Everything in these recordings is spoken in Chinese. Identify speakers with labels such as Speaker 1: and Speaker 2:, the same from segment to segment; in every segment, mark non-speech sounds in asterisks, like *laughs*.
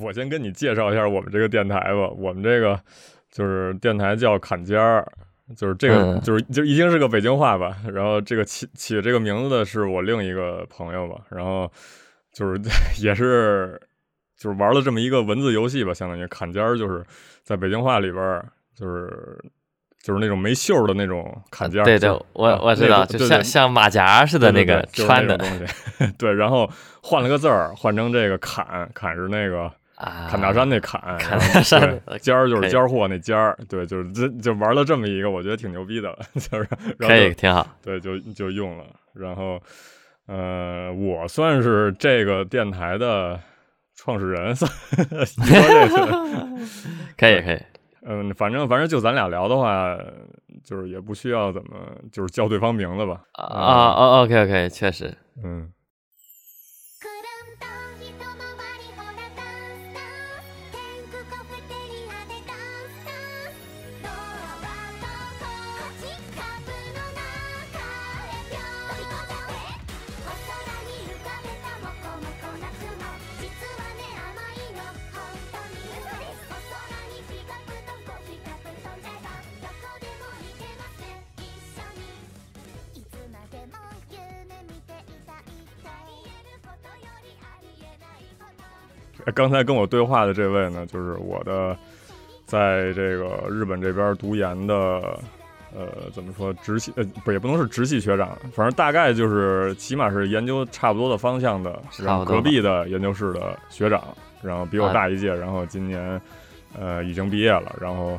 Speaker 1: 我先跟你介绍一下我们这个电台吧。我们这个就是电台叫坎肩儿，就是这个、
Speaker 2: 嗯
Speaker 1: 就是就已经是个北京话吧。然后这个起起这个名字的是我另一个朋友吧。然后就是 *laughs* 也是就是玩了这么一个文字游戏吧，相当于坎肩儿就是在北京话里边儿就是就是那种没袖儿的那种坎肩儿。
Speaker 2: 啊对
Speaker 1: 就
Speaker 2: 对
Speaker 1: 是，啊
Speaker 2: 我我知道，
Speaker 1: 那个
Speaker 2: 就
Speaker 1: 对
Speaker 2: 像
Speaker 1: 对
Speaker 2: 像马甲似的
Speaker 1: 对对
Speaker 2: 个
Speaker 1: 对就是
Speaker 2: 穿
Speaker 1: 那
Speaker 2: 的
Speaker 1: 种东西， *laughs* 对，然后换了个字儿，换成这个砍，砍是那个
Speaker 2: 啊，
Speaker 1: 砍大山那砍，然后
Speaker 2: 大山
Speaker 1: 对，尖儿就是
Speaker 2: 可以
Speaker 1: 尖儿货那尖儿，对，就是这就玩了这么一个，我觉得挺牛逼的， *laughs* 就是然
Speaker 2: 可
Speaker 1: 后
Speaker 2: 以
Speaker 1: 就
Speaker 2: 挺好，
Speaker 1: 对就就用了，然后呃，我算是这个电台的创始人，算 *laughs* 一说这个， *laughs*
Speaker 2: 可以可以，
Speaker 1: 嗯，反正反正就咱俩聊的话，就是也不需要怎么就是叫对方名字吧，
Speaker 2: 啊啊哦 OK OK，确实，
Speaker 1: 嗯，
Speaker 3: くるんと一回りほらダンスダンス天空カフェテリアでダンスダンスドアはどここっちカップの中へぴょん飛び込んじゃえお空に浮かべたもこもこな雲実はね甘いの本当に嘘ですお空にピカプトンとピカプトンじゃえばどこでも行けますね一緒にいつまでも夢見ていたいって言えることよりありえないこと
Speaker 1: 呃刚才跟我对话的这位呢，就是我的在这个日本这边读研的，呃，怎么说直系呃不也不能是直系学长，反正大概就是起码是研究差不多的方向的，然
Speaker 2: 差
Speaker 1: 后
Speaker 2: 不多
Speaker 1: 隔
Speaker 2: 吧啊
Speaker 1: 壁的研究室的学长，然后比我大一届，然后今年呃已经毕业了，然后。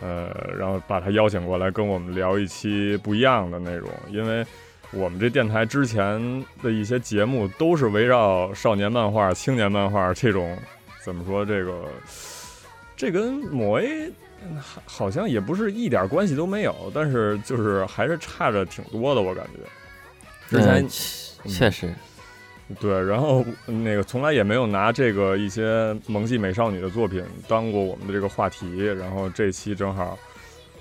Speaker 1: 呃，然后把他邀请过来跟我们聊一期不一样的内容，因为我们这电台之前的一些节目都是围绕少年漫画、青年漫画这种，怎么说这个，这跟某 A 嗯好好像也不是一点关系都没有，但是就是还是差着挺多的，我感觉。之前
Speaker 2: 嗯确确实，
Speaker 1: 对，然后那个从来也没有拿这个一些萌系美少女的作品当过我们的这个话题，然后这期正好，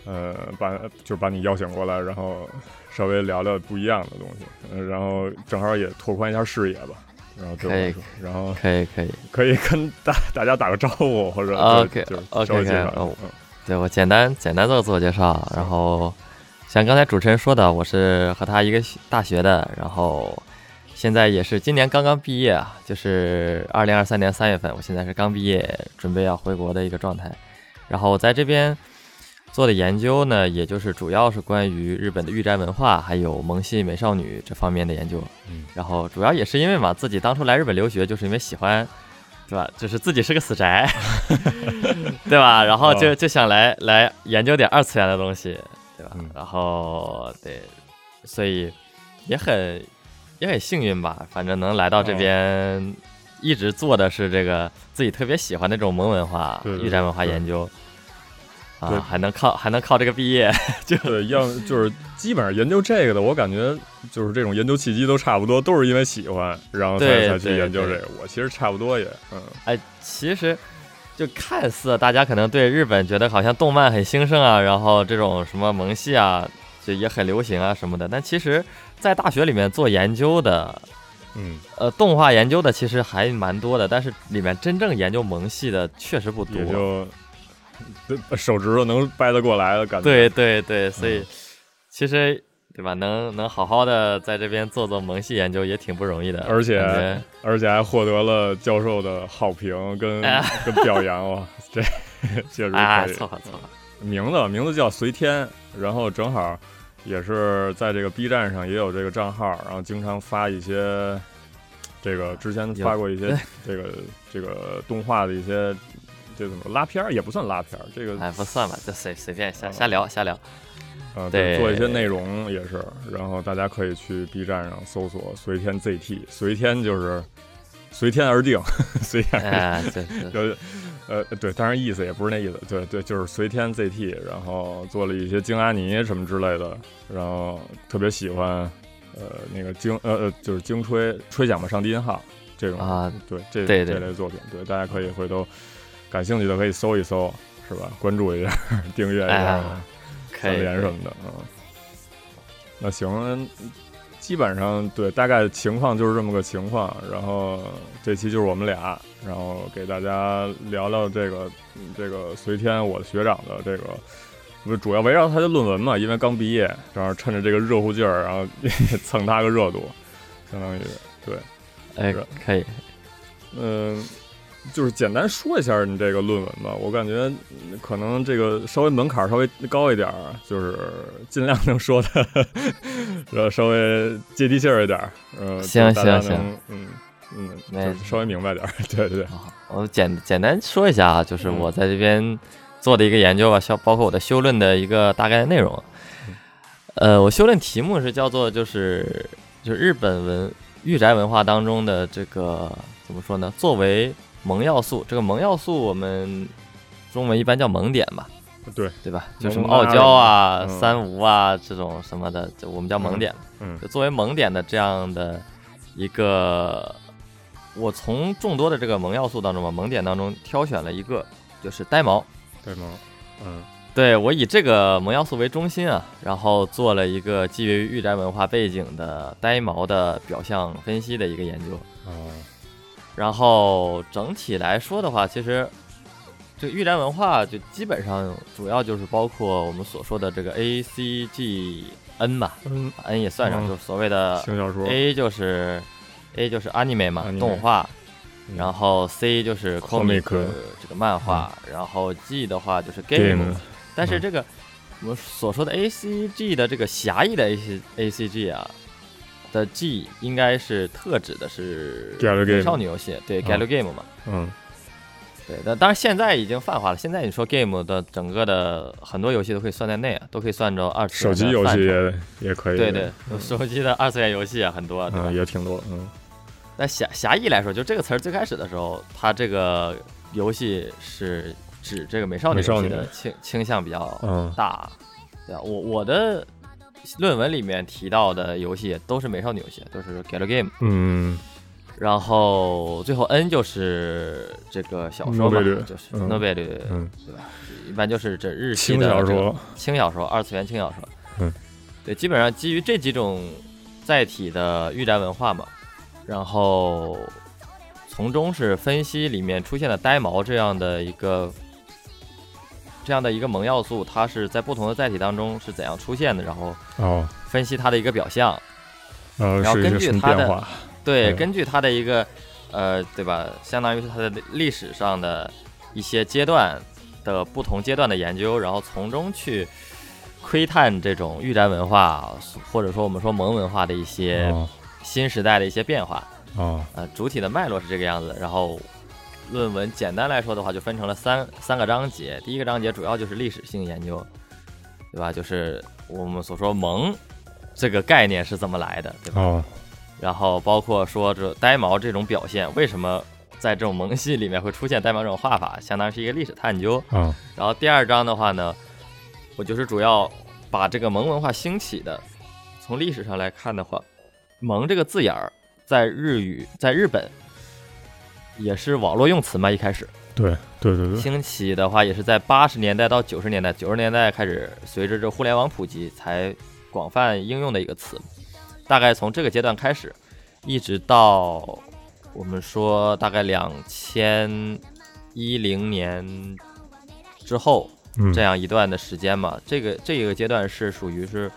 Speaker 1: 呃，把就把你邀请过来，然后稍微聊聊不一样的东西，呃然后正好也拓宽一下视野吧，然后对我
Speaker 2: 可以
Speaker 1: 来说，然后
Speaker 2: 可以可以，
Speaker 1: 可以跟大大家打个招呼，或者
Speaker 2: 啊 OK，
Speaker 1: 就是
Speaker 2: OK，
Speaker 1: 稍微介绍
Speaker 2: OK，哦
Speaker 1: 嗯
Speaker 2: 对我简单简单做个自我介绍，然后像刚才主持人说的，我是和他一个学大学的，然后现在也是今年刚刚毕业啊，就是二零二三年三月份，我现在是刚毕业，准备要回国的一个状态。然后我在这边做的研究呢，也就是主要是关于日本的御宅文化，还有萌系美少女这方面的研究。
Speaker 1: 嗯，
Speaker 2: 然后主要也是因为嘛，自己当初来日本留学，就是因为喜欢，对吧？就是自己是个死
Speaker 1: *laughs*
Speaker 2: 宅，对吧？然后就
Speaker 1: 哦
Speaker 2: 就想来来研究点二次元的东西，对吧？
Speaker 1: 嗯
Speaker 2: 然后对，所以也很也很幸运吧，反正能来到这
Speaker 1: 哦
Speaker 2: 边。一直做的是这个自己特别喜欢的这种萌文化、
Speaker 1: 对对
Speaker 2: 御宅文化研究，
Speaker 1: 对
Speaker 2: 啊，还能靠还能靠这个毕业，
Speaker 1: 对，要就是基本上研究这个的，我感觉就是这种研究契机都差不多，都是因为喜欢，然后才
Speaker 2: 对
Speaker 1: 才去
Speaker 2: 对
Speaker 1: 研究这
Speaker 2: 对
Speaker 1: 个。我其实差不多也，嗯，
Speaker 2: 哎，其实就看似大家可能对日本觉得好像动漫很兴盛啊，然后这种什么萌系啊，就也很流行啊什么的，但其实，在大学里面做研究的，
Speaker 1: 嗯，
Speaker 2: 呃，动画研究的其实还蛮多的，但是里面真正研究萌系的确实不多
Speaker 1: 也。就对 *laughs* 手指头能掰得过来的感觉。
Speaker 2: 对对对，
Speaker 1: 嗯
Speaker 2: 所以其实对吧，能能好好的在这边做做萌系研究也挺不容易的，
Speaker 1: 而
Speaker 2: 感
Speaker 1: 且
Speaker 2: 觉
Speaker 1: 而且还获得了教授的好评
Speaker 2: *laughs*
Speaker 1: 跟、
Speaker 2: 哎
Speaker 1: 跟表扬哇，这 *laughs* 确实可以。
Speaker 2: 啊，凑合凑合，
Speaker 1: 名字名字叫随天，然后正好也是在这个 B 站上也有这个账号，然后经常发一些这个之前发过一些这个这个动画的一些这怎么拉片儿也不算拉片儿，这个
Speaker 2: 哎，不算吧，就随随便
Speaker 1: 嗯
Speaker 2: 瞎瞎聊瞎聊。
Speaker 1: 呃对
Speaker 2: 对
Speaker 1: 做一些内容也是，然后大家可以去 B 站上搜索随天 ZT，随天就是随天而定， *laughs* 随天而定。
Speaker 2: 哎，对对
Speaker 1: *laughs* 就是，呃，对，当然意思也不是那意思，对对，就是随天 ZT，然后做了一些京阿尼什么之类的，然后特别喜欢，呃，那个京呃呃就是京吹吹响吧上低音号这种，
Speaker 2: 啊，
Speaker 1: 对这
Speaker 2: 对
Speaker 1: 这
Speaker 2: 对
Speaker 1: 类作品，对大家可以回头感兴趣的可以搜一搜，是吧？关注一下， *laughs* 订阅一下，
Speaker 2: 哎可
Speaker 1: 三
Speaker 2: 以
Speaker 1: 连什么的，嗯。那行，基本上对，大概情况就是这么个情况。然后这期就是我们俩，然后给大家聊聊这个嗯这个隋天我的学长的这个，不主要围绕他的论文嘛，因为刚毕业，然后趁着这个热乎劲儿，然后 *laughs* 蹭他个热度，相当于对，
Speaker 2: 哎
Speaker 1: 是，
Speaker 2: 可以，
Speaker 1: 嗯、就是简单说一下你这个论文吧，我感觉嗯可能这个稍微门槛儿稍微高一点儿，就是尽量能说的，呃，稍微接地气儿一点儿，呃，
Speaker 2: 行
Speaker 1: 就是大家
Speaker 2: 行
Speaker 1: 能，嗯嗯，
Speaker 2: 没
Speaker 1: 就是稍微明白点儿，对对对，
Speaker 2: 好我简简单说一下啊，就是
Speaker 1: 嗯
Speaker 2: 我在这边做的一个研究吧，像包括我的修论的一个大概的内容。啊呃，我修论题目是叫做就是就是日本文御宅文化当中的这个怎么说呢？作为萌要素，这个萌要素我们中文一般叫萌点吧，
Speaker 1: 对，
Speaker 2: 对吧？就
Speaker 1: 萌
Speaker 2: 什么
Speaker 1: 啊
Speaker 2: 傲娇啊、
Speaker 1: 嗯
Speaker 2: 三无啊这种什么的，就我们叫萌
Speaker 1: 嗯
Speaker 2: 点。
Speaker 1: 嗯
Speaker 2: 就作为萌点的这样的一个，我从众多的这个萌要素当中吧，萌点当中挑选了一个，就是呆毛。
Speaker 1: 对吗？嗯
Speaker 2: 对我以这个萌要素为中心啊，然后做了一个基于御宅文化背景的呆毛的表象分析的一个研究。
Speaker 1: 哦，
Speaker 2: 然后整体来说的话，其实这个御宅文化就基本上主要就是包括我们所说的这个 A C G N 吧
Speaker 1: 嗯，
Speaker 2: 把，N 也算
Speaker 1: 嗯
Speaker 2: 上，就是所谓的
Speaker 1: 轻小说，
Speaker 2: A 就是 A 就是 anime 嘛，
Speaker 1: anime
Speaker 2: 动画，
Speaker 1: 嗯
Speaker 2: 然后 C 就是
Speaker 1: Comic 嗯
Speaker 2: comic 这个漫画，然后 G 的话就是 game，,
Speaker 1: Game
Speaker 2: 但是
Speaker 1: 嗯
Speaker 2: 这个、我们所说的 A C G 的这个狭义的 A C A C G 啊的 G 应该是特指的是
Speaker 1: Galgame
Speaker 2: 美少女游戏，对
Speaker 1: 啊
Speaker 2: gal game 嘛。
Speaker 1: 嗯
Speaker 2: 对，但当然现在已经泛化了。现在你说 game 的整个的很多游戏都可以算在内啊，都可以算着二次
Speaker 1: 手
Speaker 2: 元
Speaker 1: 机
Speaker 2: 的
Speaker 1: 游
Speaker 2: 范
Speaker 1: 戏
Speaker 2: 畴。
Speaker 1: 也也可以，
Speaker 2: 对对，手机的二次元游戏啊很多啊，对吧？
Speaker 1: 嗯，也挺多，嗯
Speaker 2: 那狭狭义来说，就这个词儿最开始的时候，它这个游戏是指这个美少女
Speaker 1: 美少
Speaker 2: 游
Speaker 1: 女
Speaker 2: 戏的倾倾向比较
Speaker 1: 嗯
Speaker 2: 大。对啊，我我的论文里面提到的游戏都是美少女游戏，都是 gal game。
Speaker 1: 嗯
Speaker 2: 然后最后 N 就是这个小说
Speaker 1: 诺贝
Speaker 2: 嘛
Speaker 1: 略，
Speaker 2: 就是
Speaker 1: 嗯
Speaker 2: 诺贝略，
Speaker 1: 嗯，
Speaker 2: 对吧？一般就是这日系
Speaker 1: 轻
Speaker 2: 的
Speaker 1: 小
Speaker 2: 这个
Speaker 1: 说，
Speaker 2: 轻小说、二次元轻小说。
Speaker 1: 嗯，
Speaker 2: 对，基本上基于这几种载体的御宅文化嘛，然后从中是分析里面出现的呆毛这样的一个这样的一个萌要素，它是在不同的载体当中是怎样出现的，然后
Speaker 1: 哦，
Speaker 2: 分析它的一个表象。
Speaker 1: 呃，
Speaker 2: 然后
Speaker 1: 是一
Speaker 2: 根
Speaker 1: 些
Speaker 2: 据
Speaker 1: 什么
Speaker 2: 它的
Speaker 1: 变化？
Speaker 2: 对，
Speaker 1: 嗯
Speaker 2: 根据它的一个呃，对吧？相当于是它的历史上的一些阶段的不同阶段的研究，然后从中去窥探这种御宅文化，或者说我们说萌文化的一些
Speaker 1: 哦
Speaker 2: 新时代的一些变化。
Speaker 1: 哦，
Speaker 2: 呃，主体的脉络是这个样子。然后论文简单来说的话，就分成了三三个章节。第一个章节主要就是历史性研究，对吧？就是我们所说萌这个概念是怎么来的，对吧？
Speaker 1: 哦，
Speaker 2: 然后包括说这呆毛这种表现，为什么在这种萌系里面会出现呆毛这种画法，相当于是一个历史探究。
Speaker 1: 啊，
Speaker 2: 然后第二章的话呢，我就是主要把这个萌文化兴起的，从历史上来看的话，萌这个字眼儿在日语在日本也是网络用词嘛，一开始
Speaker 1: 对对对对，
Speaker 2: 兴起的话也是在八十年代到九十年代，九十年代开始随着这互联网普及才广泛应用的一个词，大概从这个阶段开始，一直到我们说大概两千一零年之后
Speaker 1: 嗯
Speaker 2: 这，样一段的时间嘛，这个这个阶段是属于是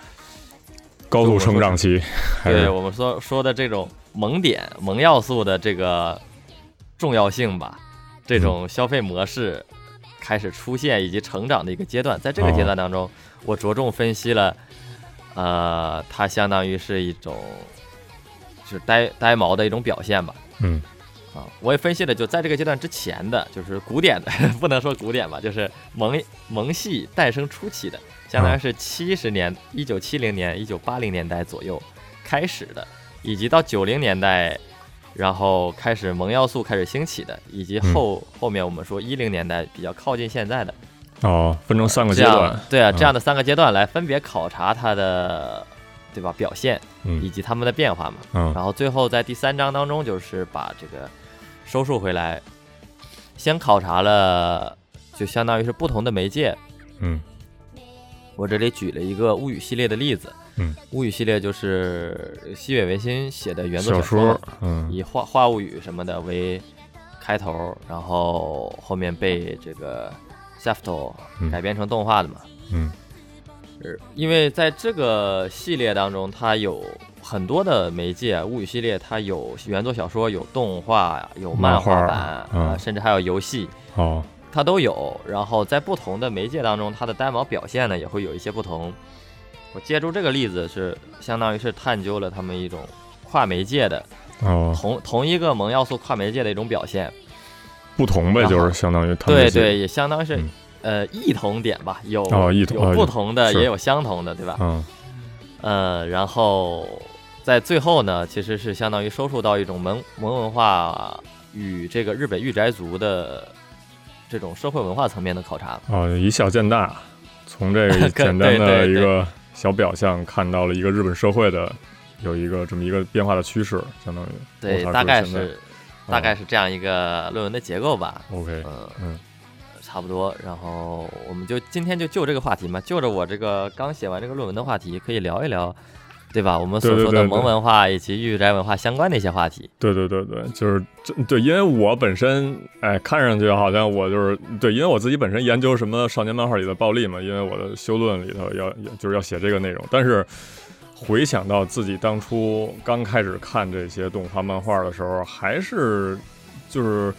Speaker 1: 高度成长期，还
Speaker 2: 对
Speaker 1: 是
Speaker 2: 我们说说的这种萌点、萌要素的这个重要性吧，这种消费模式开始出现以及成长的一个阶段，在这个阶段当中，我着重分析了，呃，它相当于是一种就是呆呆毛的一种表现吧。
Speaker 1: 嗯
Speaker 2: 啊，我也分析了，就在这个阶段之前的，就是古典的， *laughs* 不能说古典吧，就是萌萌系诞生初期的，相当于是七十年、一九七零年、一九八零年代左右开始的，以及到九零年代，然后开始萌要素开始兴起的，以
Speaker 1: 嗯
Speaker 2: 及后、后面我们说一零年代比较靠近现在的
Speaker 1: 哦，分成三个
Speaker 2: 这
Speaker 1: 阶段
Speaker 2: 样，，对啊，
Speaker 1: 嗯
Speaker 2: 这样的三个阶段来分别考察它的，对吧？表现以
Speaker 1: 嗯
Speaker 2: 及它们的变化嘛。
Speaker 1: 嗯
Speaker 2: 然后最后在第三章当中，就是把这个收束回来，先考察了，就相当于是不同的媒介。
Speaker 1: 嗯
Speaker 2: 我这里举了一个物语系列的例子，
Speaker 1: 嗯
Speaker 2: 物语》系列就是西北维新写的原作
Speaker 1: 小
Speaker 2: 说嘛
Speaker 1: 说，，嗯
Speaker 2: 以画画物语什么的为开头，然后后面被这个 Safto
Speaker 1: 嗯
Speaker 2: 改编成动画的嘛。
Speaker 1: 嗯
Speaker 2: 呃因为在这个系列当中，它有很多的媒介，《啊物语》系列它有原作小说，有动画，有漫画
Speaker 1: 漫画
Speaker 2: 版，
Speaker 1: 嗯
Speaker 2: 啊甚至还有游戏，
Speaker 1: 哦
Speaker 2: 它都有。然后在不同的媒介当中，它的单毛表现呢也会有一些不同。我借助这个例子是，相当于是探究了他们一种跨媒介的
Speaker 1: 哦，
Speaker 2: 同同一个萌要素跨媒介的一种表现。
Speaker 1: 不同呗，
Speaker 2: 然后
Speaker 1: 就是相当于他们
Speaker 2: 对
Speaker 1: 自己
Speaker 2: 对，也相当是
Speaker 1: 嗯
Speaker 2: 呃异同点吧，有
Speaker 1: 哦异同
Speaker 2: 有
Speaker 1: 哦
Speaker 2: 不同的，
Speaker 1: 是
Speaker 2: 也有相同的，对吧？
Speaker 1: 嗯
Speaker 2: 呃，然后在最后呢，其实是相当于收束到一种蒙蒙文化与这个日本御宅族的这种社会文化层面的考察。
Speaker 1: 哦，以小见大，从这
Speaker 2: *laughs*
Speaker 1: 个简单
Speaker 2: 对
Speaker 1: 的
Speaker 2: 对
Speaker 1: 一
Speaker 2: 对
Speaker 1: 个小表象看到了一个日本社会的有一个这么一个变化的趋势，相当于我
Speaker 2: 对，
Speaker 1: 查出
Speaker 2: 大概
Speaker 1: 哦现在嗯
Speaker 2: 是大概是这样一个论文的结构吧。
Speaker 1: OK，
Speaker 2: 嗯
Speaker 1: 嗯
Speaker 2: 差不多，然后我们就今天就就这个话题嘛，就着我这个刚写完这个论文的话题，可以聊一聊，对吧？我们所
Speaker 1: 对对
Speaker 2: 说的
Speaker 1: 对对
Speaker 2: 萌文化以及御宅文化相关的一些话题。
Speaker 1: 对对对对，就是这对，因为我本身哎，看上去好像我就是对，因为我自己本身研究什么少年漫画里的暴力嘛，因为我的修论里头要要就是要写这个内容，但是回想到自己当初刚开始看这些动画漫画的时候，还是就是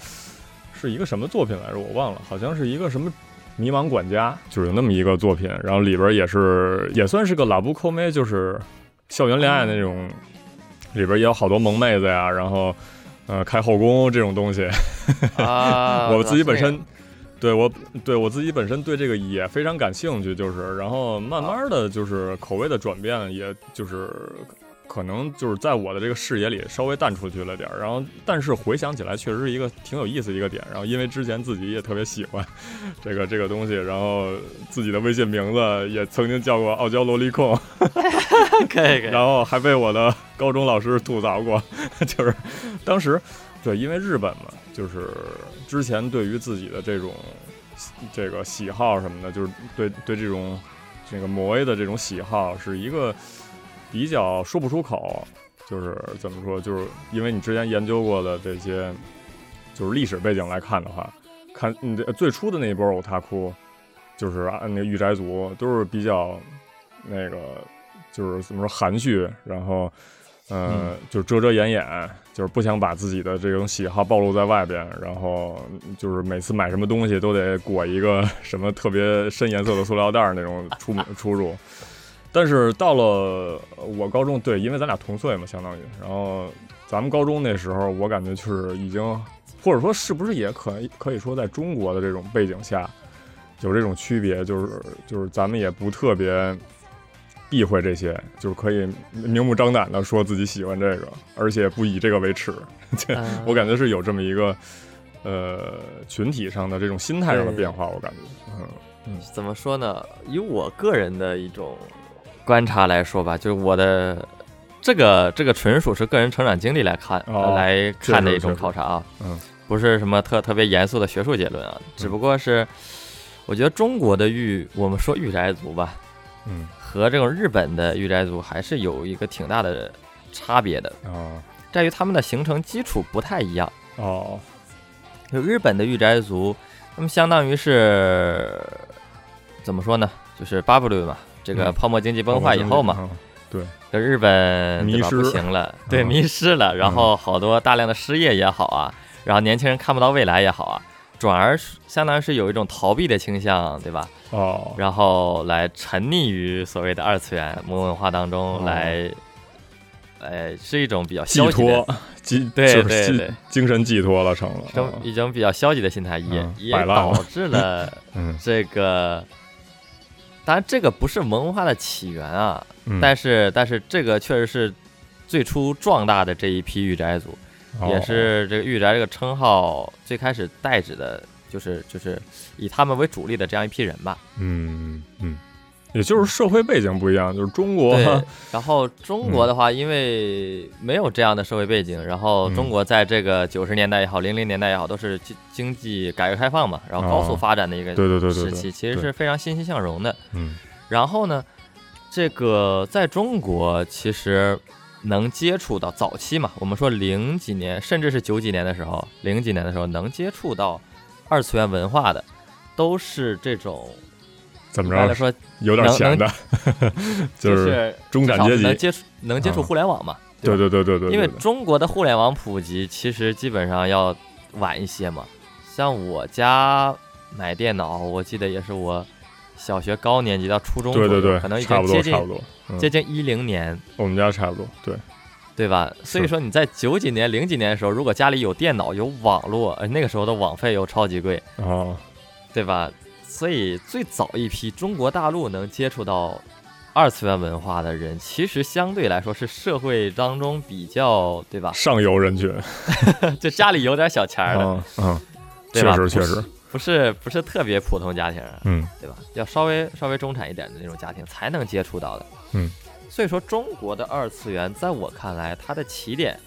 Speaker 1: 是一个什么作品来着，我忘了，好像是一个什么。迷茫管家就是有那么一个作品，然后里边也是也算是个拉布扣妹，就是校园恋爱那种里边也有好多萌妹子呀，然后呃开后宫这种东西，
Speaker 2: 啊
Speaker 1: *laughs* 我自己本
Speaker 2: 是那
Speaker 1: 身
Speaker 2: 个
Speaker 1: 对我对我自己本身对这个也非常感兴趣，就是然后慢慢的就是口味的转变，也就是。可能就是在我的这个视野里稍微淡出去了点儿，然后但是回想起来确实是一个挺有意思的一个点。然后因为之前自己也特别喜欢这个这个东西，然后自己的微信名字也曾经叫过傲娇萝莉控，
Speaker 2: *laughs* 可以可以
Speaker 1: 然后还被我的高中老师吐槽过， *laughs* 就是当时对，因为日本嘛，就是之前对于自己的这种这个喜好什么的，就是对对这种这个摩 A 的这种喜好是一个比较说不出口，就是怎么说，就是因为你之前研究过的这些，就是历史背景来看的话，看你这最初的那一波我他哭，就是啊那个御宅族都是比较那个就是怎么说含蓄，然后呃、就是遮遮掩掩，就是不想把自己的这种喜好暴露在外边，然后就是每次买什么东西都得裹一个 *laughs* 什么特别深颜色的塑料袋儿那种出门出入。但是到了呃我高中，对，因为咱俩同岁嘛，相当于，然后咱们高中那时候，我感觉就是已经，或者说是不是也可以可以说，在中国的这种背景下，有这种区别，就是就是咱们也不特别避讳这些，就是可以明目张胆的说自己喜欢这个，而且不以这个为耻。这
Speaker 2: 嗯
Speaker 1: 我感觉是有这么一个呃群体上的这种心态上的变化，我感觉，嗯
Speaker 2: 怎么说呢？以我个人的一种观察来说吧，就是我的这个这个纯属是个人成长经历来看、
Speaker 1: 哦
Speaker 2: 来看的一
Speaker 1: 确实确
Speaker 2: 种
Speaker 1: 实
Speaker 2: 考察啊，
Speaker 1: 嗯，
Speaker 2: 不是什么特特别严肃的学术结论啊，只不过是我觉得中国的御，我们说御宅族吧，
Speaker 1: 嗯
Speaker 2: 和这种日本的御宅族还是有一个挺大的差别的，
Speaker 1: 啊
Speaker 2: 在于他们的形成基础不太一样。
Speaker 1: 哦
Speaker 2: 就日本的御宅族，他们相当于是怎么说呢？就是巴布鲁嘛，这个
Speaker 1: 嗯
Speaker 2: 泡沫经济崩坏以后嘛，，这日本对
Speaker 1: 迷
Speaker 2: 吧
Speaker 1: 失嗯
Speaker 2: 不行了，对，迷失了，然后好多大量的失业也好啊，然后年轻人看不到未来也好啊，转而是相当于是有一种逃避的倾向，对吧？
Speaker 1: 哦
Speaker 2: 然后来沉溺于所谓的二次元魔文化当中
Speaker 1: 哦
Speaker 2: 来，哎，是一种比较
Speaker 1: 寄
Speaker 2: 消极的
Speaker 1: 托，寄
Speaker 2: 对
Speaker 1: 就是
Speaker 2: 对
Speaker 1: 寄
Speaker 2: 对
Speaker 1: 精神寄托了成了，
Speaker 2: 生
Speaker 1: 啊
Speaker 2: 一种比较消极的心态，也
Speaker 1: 嗯
Speaker 2: 也
Speaker 1: 摆烂
Speaker 2: 导
Speaker 1: 了
Speaker 2: 致了
Speaker 1: 嗯
Speaker 2: 这个。当然，这个不是萌文化的起源啊，
Speaker 1: 嗯，
Speaker 2: 但是但是这个确实是最初壮大的这一批御宅族，
Speaker 1: 哦
Speaker 2: 也是这个御宅这个称号最开始代指的，就是就是以他们为主力的这样一批人吧。
Speaker 1: 嗯嗯，也就是社会背景不一样，就是中国
Speaker 2: 对，然后中国的话，
Speaker 1: 嗯
Speaker 2: 因为没有这样的社会背景，然后中国在这个九十年代也好，零零年代也好，都是经经济改革开放嘛，然后高速
Speaker 1: 哦
Speaker 2: 发展的一个
Speaker 1: 对对对对
Speaker 2: 时
Speaker 1: 对
Speaker 2: 期，其实
Speaker 1: 对
Speaker 2: 是非常欣欣向荣的。
Speaker 1: 嗯
Speaker 2: 然后呢，这个在中国其实能接触到早期嘛，我们说零几年甚至是九几年的时候，零几年的时候能接触到二次元文化的，都是这种
Speaker 1: 怎么
Speaker 2: 一般来
Speaker 1: 着
Speaker 2: 说
Speaker 1: 有点钱的，
Speaker 2: 就
Speaker 1: *laughs* 就是
Speaker 2: 是
Speaker 1: 中产
Speaker 2: 至
Speaker 1: 阶级
Speaker 2: 少能接触能接触
Speaker 1: 啊
Speaker 2: 互联网嘛，
Speaker 1: 对
Speaker 2: 吧
Speaker 1: 对对对对，
Speaker 2: 因为
Speaker 1: 对对
Speaker 2: 中国的互联网普及其实基本上要晚一些嘛。像我家买电脑，我记得也是我小学高年级到初中左
Speaker 1: 对
Speaker 2: 右，
Speaker 1: 对对，
Speaker 2: 可能已
Speaker 1: 差
Speaker 2: 经
Speaker 1: 不
Speaker 2: 接
Speaker 1: 多差不
Speaker 2: 近
Speaker 1: 多，嗯
Speaker 2: 接近一零年，
Speaker 1: 我们家差不多，对
Speaker 2: 对吧？所以说你在九几年、零几年的时候，如果家里有电脑、有网络，呃，那个时候的网费又超级贵，
Speaker 1: 啊，
Speaker 2: 对吧？所以最早一批中国大陆能接触到二次元文化的人，其实相对来说是社会当中比较，对吧？ *laughs*
Speaker 1: 上游人群，
Speaker 2: 就家里有点小钱啊儿的，
Speaker 1: 嗯嗯，
Speaker 2: 对
Speaker 1: 确
Speaker 2: 吧
Speaker 1: 实确
Speaker 2: 不
Speaker 1: 实，
Speaker 2: 不是不是特别普通家庭，啊，
Speaker 1: 嗯
Speaker 2: 对吧？要稍微稍微中产一点的那种家庭才能接触到的。
Speaker 1: 嗯，
Speaker 2: 所以说中国的二次元，在我看来，它的起点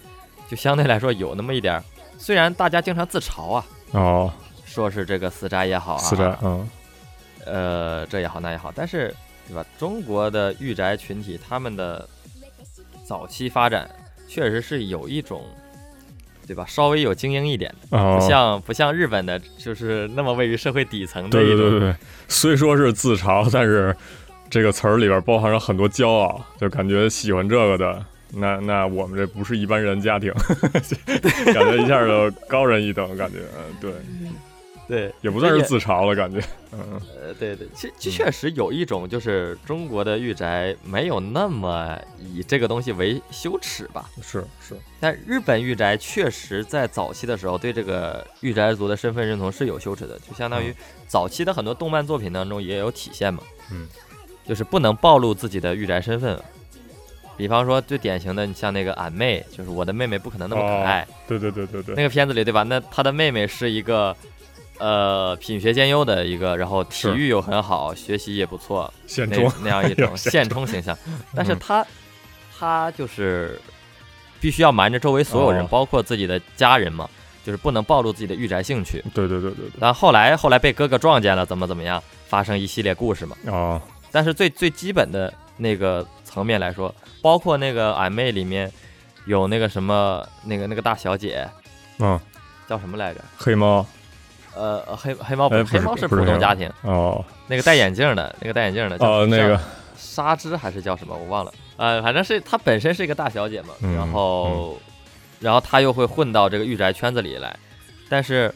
Speaker 2: 就相对来说有那么一点儿。虽然大家经常自嘲啊，
Speaker 1: 哦，
Speaker 2: 说是这个死宅也好啊，
Speaker 1: 四宅，嗯
Speaker 2: 呃，这也好那也好，但是对吧？中国的御宅群体他们的早期发展确实是有一种，对吧？稍微有精英一点的，
Speaker 1: 哦
Speaker 2: 不，像不像日本的，就是那么位于社会底层的
Speaker 1: 对
Speaker 2: 一
Speaker 1: 对
Speaker 2: 种。
Speaker 1: 对对对，虽说是自嘲， *laughs* 但是这个词儿里边包含着很多骄傲，就感觉喜欢这个的。那那我们这不是一般人家庭， *laughs* 感觉一下就高人一等，感觉嗯对，
Speaker 2: 对，
Speaker 1: 也不算是
Speaker 2: 也
Speaker 1: 自嘲了，感觉嗯
Speaker 2: 呃，对对，其其确实有一种就是中国的御宅没有那么以这个东西为羞耻吧，
Speaker 1: 是是
Speaker 2: 但日本御宅确实在早期的时候对这个御宅族的身份认同是有羞耻的，就相当于
Speaker 1: 嗯
Speaker 2: 早期的很多动漫作品当中也有体现嘛，
Speaker 1: 嗯，
Speaker 2: 就是不能暴露自己的御宅身份。比方说，最典型的，你像那个俺妹，就是我的妹妹不可能那么可
Speaker 1: 哦
Speaker 2: 爱，
Speaker 1: 对对对对对
Speaker 2: 那个片子里，对吧？那他的妹妹是一个，呃，品学兼优的一个，然后体
Speaker 1: 是
Speaker 2: 育又很好，学习也不错，
Speaker 1: 现
Speaker 2: 那
Speaker 1: 状
Speaker 2: 那样一
Speaker 1: *laughs*
Speaker 2: 种
Speaker 1: 有嗯现
Speaker 2: 现充形象。但是他，他就是必须要瞒着周围所有人，
Speaker 1: 哦
Speaker 2: 包括自己的家人嘛，就是不能暴露自己的御宅兴趣。
Speaker 1: 对对对对
Speaker 2: 但后来，后来被哥哥撞见了，怎么怎么样，发生一系列故事嘛。
Speaker 1: 对啊
Speaker 2: 但是最最基本的那个层面来说，包括那个俺妹里面有那个什么，那个那个大小姐
Speaker 1: 嗯，
Speaker 2: 叫什么来着？
Speaker 1: 黑猫
Speaker 2: 呃，黑黑猫
Speaker 1: 哎
Speaker 2: 不
Speaker 1: 不
Speaker 2: 黑
Speaker 1: 是
Speaker 2: 猫
Speaker 1: 不
Speaker 2: 普
Speaker 1: 是
Speaker 2: 通
Speaker 1: 黑
Speaker 2: 家
Speaker 1: 猫
Speaker 2: 庭，
Speaker 1: 哦
Speaker 2: 那个戴眼镜的，那个戴眼镜的叫
Speaker 1: 哦
Speaker 2: 什么
Speaker 1: 那个
Speaker 2: 叫纱织还是叫什么，我忘了。呃，反正是她本身是一个大小姐嘛，
Speaker 1: 嗯
Speaker 2: 然后，然后她又会混到这个御宅圈子里来，但是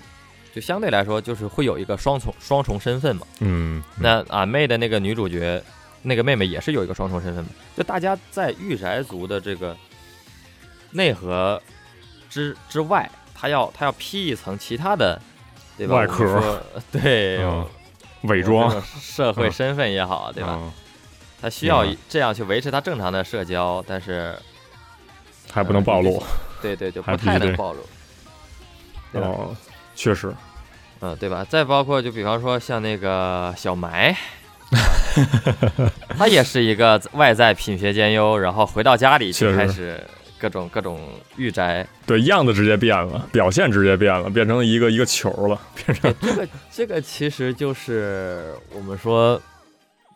Speaker 2: 就相对来说，就是会有一个双重双重身份嘛。
Speaker 1: 嗯
Speaker 2: 那俺妹的那个女主角，那个妹妹也是有一个双重身份嘛。就大家在御宅族的这个内核之之外，他要他要披一层其他的，对吧？
Speaker 1: 外壳
Speaker 2: 我们说，
Speaker 1: *laughs*
Speaker 2: 对，
Speaker 1: 嗯伪装
Speaker 2: 我们这种社会身份也好，对吧？
Speaker 1: 嗯
Speaker 2: 他需要
Speaker 1: 明白
Speaker 2: 这样去维持他正常的社交，但是
Speaker 1: 还不能暴露
Speaker 2: *laughs* 对对，就
Speaker 1: 还
Speaker 2: 不太
Speaker 1: 必须
Speaker 2: 能
Speaker 1: 得
Speaker 2: 暴露，呃对吧？
Speaker 1: 哦，确实
Speaker 2: 嗯，对吧？再包括就比方说像那个
Speaker 1: *laughs*
Speaker 2: 小埋，他也是一个外在品学兼优，然后回到家里
Speaker 1: 确
Speaker 2: 就
Speaker 1: 实
Speaker 2: 开始各种各种御宅。
Speaker 1: 对样子直接变了，表现直接变了，变成一个一个球了，变成
Speaker 2: 对，这个这个其实就是我们说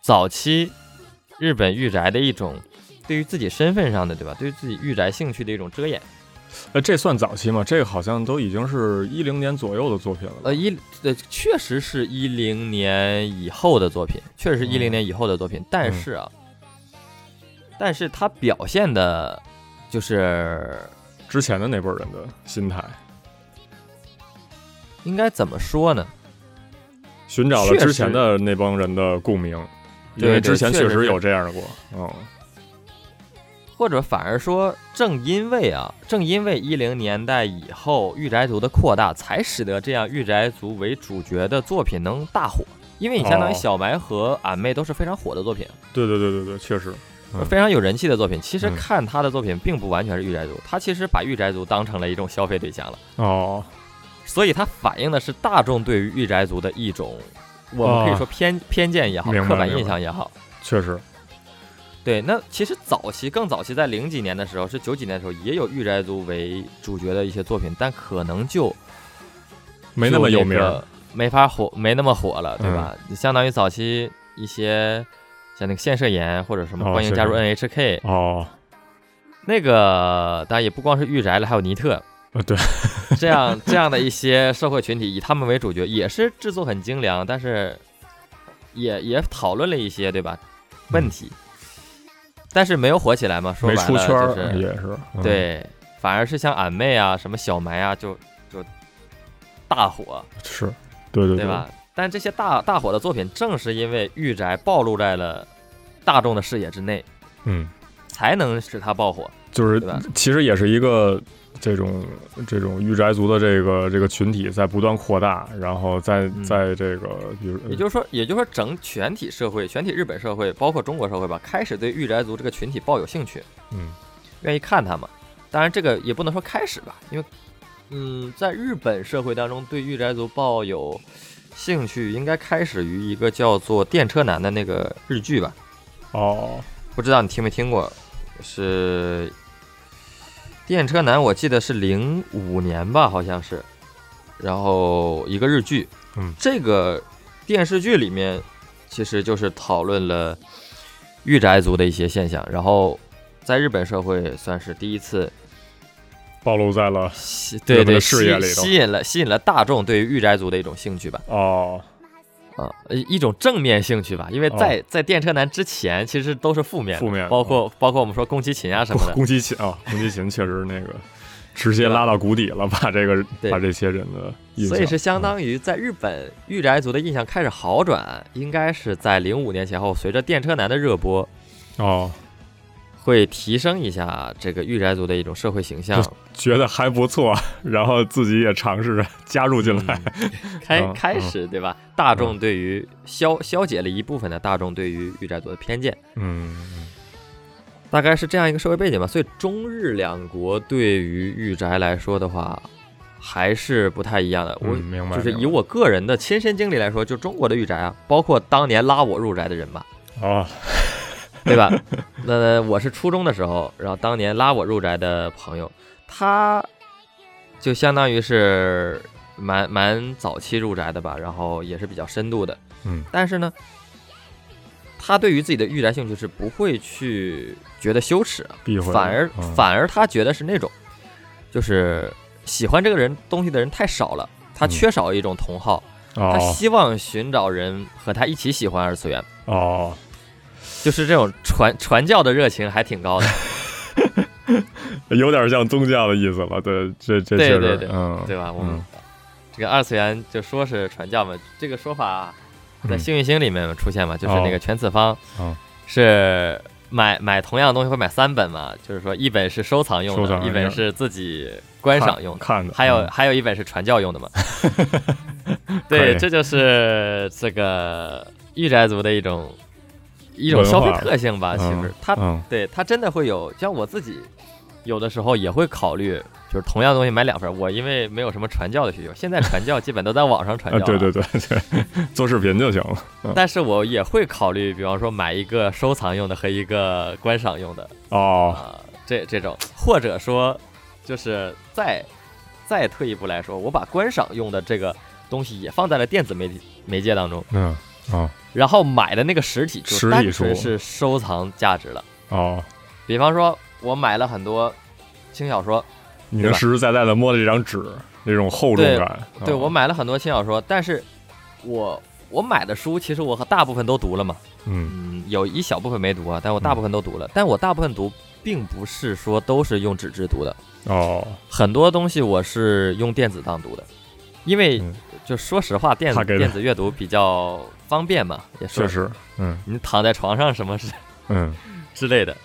Speaker 2: 早期日本御宅的一种对于自己身份上的，对吧？对于自己御宅兴趣的一种遮掩。
Speaker 1: 呃，这算早期吗？这个好像都已经是一零年左右的作品了吧。
Speaker 2: 呃，一呃，确实是一零年以后的作品，确实
Speaker 1: 嗯
Speaker 2: 是一零年以后的作品，但是啊，但是他表现的，就是
Speaker 1: 之前的那波人的心态，
Speaker 2: 应该怎么说呢？
Speaker 1: 寻找了
Speaker 2: 确实
Speaker 1: 之前的那帮人的共鸣，因为
Speaker 2: 对对
Speaker 1: 之前
Speaker 2: 确
Speaker 1: 确
Speaker 2: 实
Speaker 1: 实
Speaker 2: 是
Speaker 1: 有这样的过。嗯，
Speaker 2: 或者反而说，正因为啊，正因为一零年代以后御宅族的扩大，才使得这样御宅族为主角的作品能大火。因为你相当于
Speaker 1: 哦
Speaker 2: 小埋和俺妹都是非常火的作品，
Speaker 1: 对对对对对，确实，嗯
Speaker 2: 非常有人气的作品。其实
Speaker 1: 嗯
Speaker 2: 看他的作品，并不完全是御宅族，他其实把御宅族当成了一种消费对象了。
Speaker 1: 哦，
Speaker 2: 所以它反映的是大众对于御宅族的一种，我们可以说偏、偏见也好，
Speaker 1: 啊明白
Speaker 2: 刻板印象也好。
Speaker 1: 确实，
Speaker 2: 对，那其实早期更早期，在零几年的时候，是九几年的时候，也有御宅族为主角的一些作品，但可能就
Speaker 1: 没那么有名
Speaker 2: 就
Speaker 1: 儿。嗯
Speaker 2: 个没法火，没那么火了，对吧？你相当于早期一些像那个线社研或者什么
Speaker 1: 哦
Speaker 2: 欢迎加入
Speaker 1: 是
Speaker 2: NHK，、
Speaker 1: 哦，
Speaker 2: 那个当然也不光是御宅了，还有尼特
Speaker 1: 呃，对，
Speaker 2: *laughs*
Speaker 1: *laughs*
Speaker 2: 这样这样的一些社会群体，以他们为主角，也是制作很精良，但是也也讨论了一些对吧问题，但是没有火起来嘛，说
Speaker 1: 嗯没
Speaker 2: 白
Speaker 1: 出
Speaker 2: 了
Speaker 1: 圈
Speaker 2: 就
Speaker 1: 儿
Speaker 2: 是
Speaker 1: 也是，嗯，
Speaker 2: 对，反而是像俺妹啊、什么小埋啊，就就大火，
Speaker 1: 是，对对
Speaker 2: 对吧？？但这些大大火的作品，正是因为御宅暴露在了大众的视野之内，
Speaker 1: 嗯，
Speaker 2: 才能使它爆火。
Speaker 1: 就是
Speaker 2: 对吧
Speaker 1: 其实也是一个这种这种御宅族的这个这个群体在不断扩大，然后在
Speaker 2: 嗯
Speaker 1: 在这个比如
Speaker 2: 也就是说，也就是说，整全体社会、全体日本社会，包括中国社会吧，开始对御宅族这个群体抱有兴趣，
Speaker 1: 嗯
Speaker 2: 愿意看他们。当然，这个也不能说开始吧，因为，嗯，在日本社会当中，对御宅族抱有兴趣，应该开始于一个叫做《电车男》的那个日剧吧。
Speaker 1: 哦
Speaker 2: 不知道你听没听过，是电车男，我记得是零五年吧，好像是，然后一个日剧，
Speaker 1: 嗯
Speaker 2: 这个电视剧里面其实就是讨论了御宅族的一些现象，然后在日本社会算是第一次
Speaker 1: 暴露在了
Speaker 2: 吸，
Speaker 1: 本
Speaker 2: 对
Speaker 1: 的
Speaker 2: 对，
Speaker 1: 视野里
Speaker 2: 吸
Speaker 1: 头
Speaker 2: 吸引了吸引了大众对于御宅族的一种兴趣吧。
Speaker 1: 哦
Speaker 2: 啊，一一种正面兴趣吧，因为在、在电车男之前，其实都是负面的，
Speaker 1: 负面嗯的
Speaker 2: 包括、包括我们说宫崎勤啊什么的，
Speaker 1: *laughs* 攻击琴啊，攻击琴确实那个直接
Speaker 2: 对吧
Speaker 1: 拉到谷底了，把这个
Speaker 2: 对
Speaker 1: 把这些人的印象，
Speaker 2: 所以是相当于在日本御宅族的印象开始好转，应该是在零五年前后，随着电车男的热播，
Speaker 1: 哦，
Speaker 2: 会提升一下这个御宅族的一种社会
Speaker 1: *laughs*
Speaker 2: 形象，
Speaker 1: 觉得还不错，然后自己也尝试着加入进来，
Speaker 2: 开
Speaker 1: 嗯
Speaker 2: 开始对吧？大众对于消消解了一部分的大众对于御宅族的偏见，
Speaker 1: 嗯，
Speaker 2: 大概是这样一个社会背景吧。所以中日两国对于御宅来说的话，还是不太一样的。我、
Speaker 1: 嗯明白，
Speaker 2: 就是以
Speaker 1: 明白
Speaker 2: 我个人的亲身经历来说，就中国的御宅啊，包括当年拉我入宅的人吧，
Speaker 1: 哦， *laughs*
Speaker 2: 对吧？那我是初中的时候，然后当年拉我入宅的朋友，他就相当于是蛮蛮早期入宅的吧，然后也是比较深度的，
Speaker 1: 嗯，
Speaker 2: 但是呢，他对于自己的御宅兴趣是不会去觉得羞耻啊，
Speaker 1: 避讳，
Speaker 2: 反而、
Speaker 1: 嗯
Speaker 2: 反而他觉得是那种，就是喜欢这个人东西的人太少了，他
Speaker 1: 嗯
Speaker 2: 缺少一种同好，他
Speaker 1: 哦
Speaker 2: 希望寻找人和他一起喜欢二次元。
Speaker 1: 哦，
Speaker 2: 就是这种传传教的热情还
Speaker 1: *laughs*
Speaker 2: 挺高的，
Speaker 1: 有点像宗教的意思了，对，这这
Speaker 2: 对
Speaker 1: 确
Speaker 2: 对
Speaker 1: 实
Speaker 2: 对，
Speaker 1: 嗯，
Speaker 2: 对吧？我们
Speaker 1: 嗯
Speaker 2: 这个二次元就说是传教嘛，这个说法在
Speaker 1: 嗯
Speaker 2: 《幸运星》里面出现嘛，就是
Speaker 1: 哦
Speaker 2: 那个全次方
Speaker 1: 哦
Speaker 2: 是买买同样的东西会买三本嘛，就是说一本是收藏用
Speaker 1: 收藏用
Speaker 2: 的，一
Speaker 1: 的
Speaker 2: 本是自己观赏用的，
Speaker 1: 看看的，
Speaker 2: 还有
Speaker 1: 嗯
Speaker 2: 还有一本是传教用
Speaker 1: *laughs*
Speaker 2: 的嘛。
Speaker 1: 可
Speaker 2: 对，
Speaker 1: 以
Speaker 2: 这就是这个御宅族的一种一种
Speaker 1: 文
Speaker 2: 消费
Speaker 1: 化
Speaker 2: 特性吧，其实
Speaker 1: 嗯
Speaker 2: 它
Speaker 1: 嗯
Speaker 2: 对他真的会有，像我自己，有的时候也会考虑，就是同样东西买两份儿。我因为没有什么传教的需求，现在传教基本都在网上传
Speaker 1: 啊
Speaker 2: 教、，
Speaker 1: 对对。对对，做视频就行了，
Speaker 2: 但是我也会考虑，比方说买一个收藏用的和一个观赏用的
Speaker 1: 哦，
Speaker 2: 啊、这这种，或者说，就是再再退一步来说，我把观赏用的这个东西也放在了电子媒体媒介当中，
Speaker 1: 嗯，哦
Speaker 2: 然后买的那个实体
Speaker 1: 实
Speaker 2: 就
Speaker 1: 体
Speaker 2: 单纯
Speaker 1: 书
Speaker 2: 是收藏价值了。
Speaker 1: 哦，
Speaker 2: 比方说，我买了很多轻小说。
Speaker 1: 你
Speaker 2: 对
Speaker 1: 能
Speaker 2: 吧
Speaker 1: 实实在在的摸着这张纸，那种厚重感，
Speaker 2: 对
Speaker 1: 啊
Speaker 2: 我，买了很多轻小说，但是我我买的书其实我和大部分都读了嘛，
Speaker 1: 嗯，
Speaker 2: 嗯，有一小部分没读啊，但我大部分都读了。但我大部分读并不是说都是用纸质读的，
Speaker 1: 哦，
Speaker 2: 很多东西我是用电子档读的，因为
Speaker 1: 嗯
Speaker 2: 就说实话，电子
Speaker 1: 他给的
Speaker 2: 电子阅读比较方便嘛，也是
Speaker 1: 确实，嗯
Speaker 2: 你躺在床上什么是
Speaker 1: 嗯，
Speaker 2: 之类的。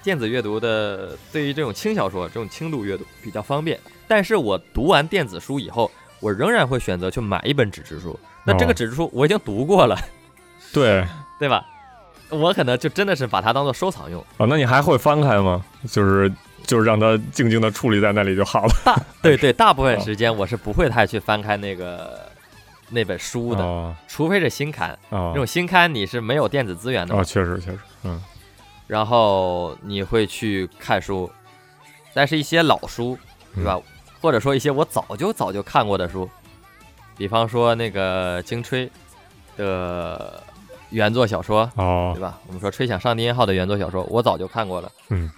Speaker 2: 电子阅读的对于这种轻小说、这种轻度阅读比较方便，但是我读完电子书以后，我仍然会选择去买一本纸质书。那这个
Speaker 1: 哦
Speaker 2: 纸质书我已经读过了，
Speaker 1: 对，
Speaker 2: 对吧？我可能就真的是把它当做收藏用。
Speaker 1: 哦，那你还会翻开吗？就是就是让它静静的矗立在那里就好了，
Speaker 2: 大对对，大部分时间我是不会太去翻开那个那本书的，
Speaker 1: 哦
Speaker 2: 除非是新刊。这
Speaker 1: 哦
Speaker 2: 种新刊你是没有电子资源的嘛
Speaker 1: 哦，确实确实，嗯，
Speaker 2: 然后你会去看书，但是一些老书，
Speaker 1: 嗯
Speaker 2: 对吧？或者说一些我早就早就看过的书，比方说那个金吹的原作小说，
Speaker 1: 哦
Speaker 2: 对，吧？我们说《吹响上帝音号》的原作小说，我早就看过了。
Speaker 1: 嗯，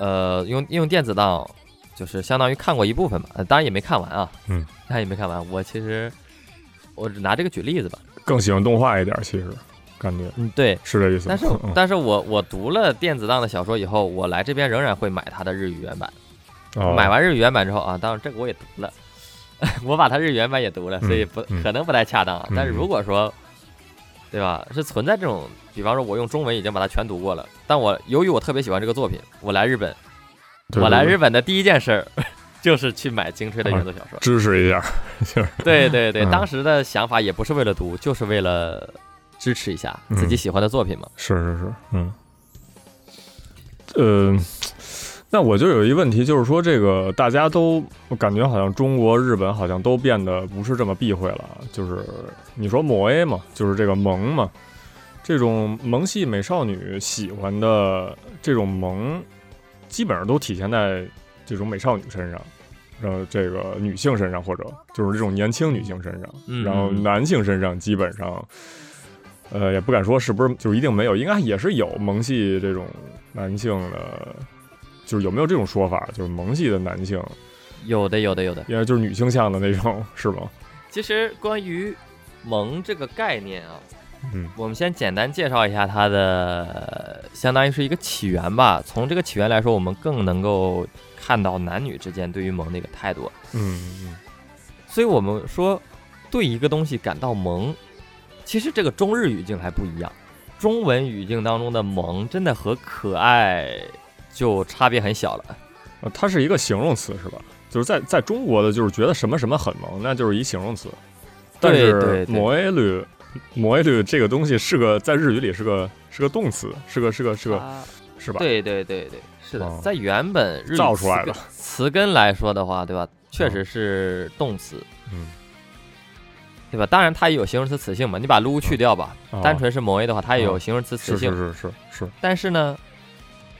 Speaker 2: 呃，用用电子档，就是相当于看过一部分吧，呃当然也没看完啊。
Speaker 1: 嗯，
Speaker 2: 当然也没看完。我其实我只拿这个举例子吧。
Speaker 1: 更喜欢动画一点，其实感觉
Speaker 2: 嗯，对。
Speaker 1: 是这意思吗。嗯
Speaker 2: 但是，但是我我读了电子档的小说以后，我来这边仍然会买它的日语原版。
Speaker 1: 哦
Speaker 2: 买完日语原版之后啊，当然这个我也读了， *laughs* 我把它日语原版也读了，所以不、
Speaker 1: 嗯嗯
Speaker 2: 可能不太恰当啊。
Speaker 1: 嗯
Speaker 2: 但是如果说，对吧，是存在这种，比方说我用中文已经把它全读过了，但我由于我特别喜欢这个作品，我来日本，
Speaker 1: 对
Speaker 2: 我来
Speaker 1: 对
Speaker 2: 日本的第一件事儿 *laughs* 就是去买金吹的原作小说。
Speaker 1: 支持一下，就是
Speaker 2: 对对对，
Speaker 1: 哦嗯
Speaker 2: 当时的想法也不是为了读，就是为了支持一下自己
Speaker 1: 嗯
Speaker 2: 喜欢的作品嘛。
Speaker 1: 是是是，嗯，呃，那我就有一问题，就是说这个大家都我感觉好像中国、日本好像都变得不是这么避讳了啊，就是你说抹 A 嘛，就是这个萌嘛，这种萌系美少女喜欢的这种萌，基本上都体现在这种美少女身上。然后这个女性身上，或者就是这种年轻女性身上，
Speaker 2: 嗯
Speaker 1: 然后男性身上基本上呃，也不敢说是不是就是一定没有，应该也是有萌系这种男性的，就是有没有这种说法？就是萌系的男性，
Speaker 2: 有的有的有的。
Speaker 1: 应该就是女性向的那种，是吗？
Speaker 2: 其实关于萌这个概念啊，
Speaker 1: 嗯，
Speaker 2: 我们先简单介绍一下它的，呃相当于是一个起源吧。从这个起源来说，我们更能够看到男女之间对于萌的一个态度。
Speaker 1: 嗯
Speaker 2: 所以我们说，对一个东西感到萌，其实这个中日语境还不一样。中文语境当中的萌，真的和可爱就差别很小了。
Speaker 1: 呃它是一个形容词是吧？就是在在中国的，就是觉得什么什么很萌，那就是一形容词。但
Speaker 2: 对
Speaker 1: 是
Speaker 2: 对对
Speaker 1: 摩耶律，摩耶律这个东西是个在日语里是个是个动词，是个是个是个、
Speaker 2: 啊
Speaker 1: 是吧？
Speaker 2: 对对对对，是的，
Speaker 1: 哦
Speaker 2: 在原本日语
Speaker 1: 造出来
Speaker 2: 词根
Speaker 1: 的
Speaker 2: 词根来说的话，对吧？确实是动词，
Speaker 1: 嗯，
Speaker 2: 对吧？当然它也有形容词词性嘛，你把撸去掉吧，
Speaker 1: 哦
Speaker 2: 单纯是某 A 的话，它也有
Speaker 1: 哦
Speaker 2: 形容词词
Speaker 1: 是
Speaker 2: 性，
Speaker 1: 是是是是，
Speaker 2: 但是呢，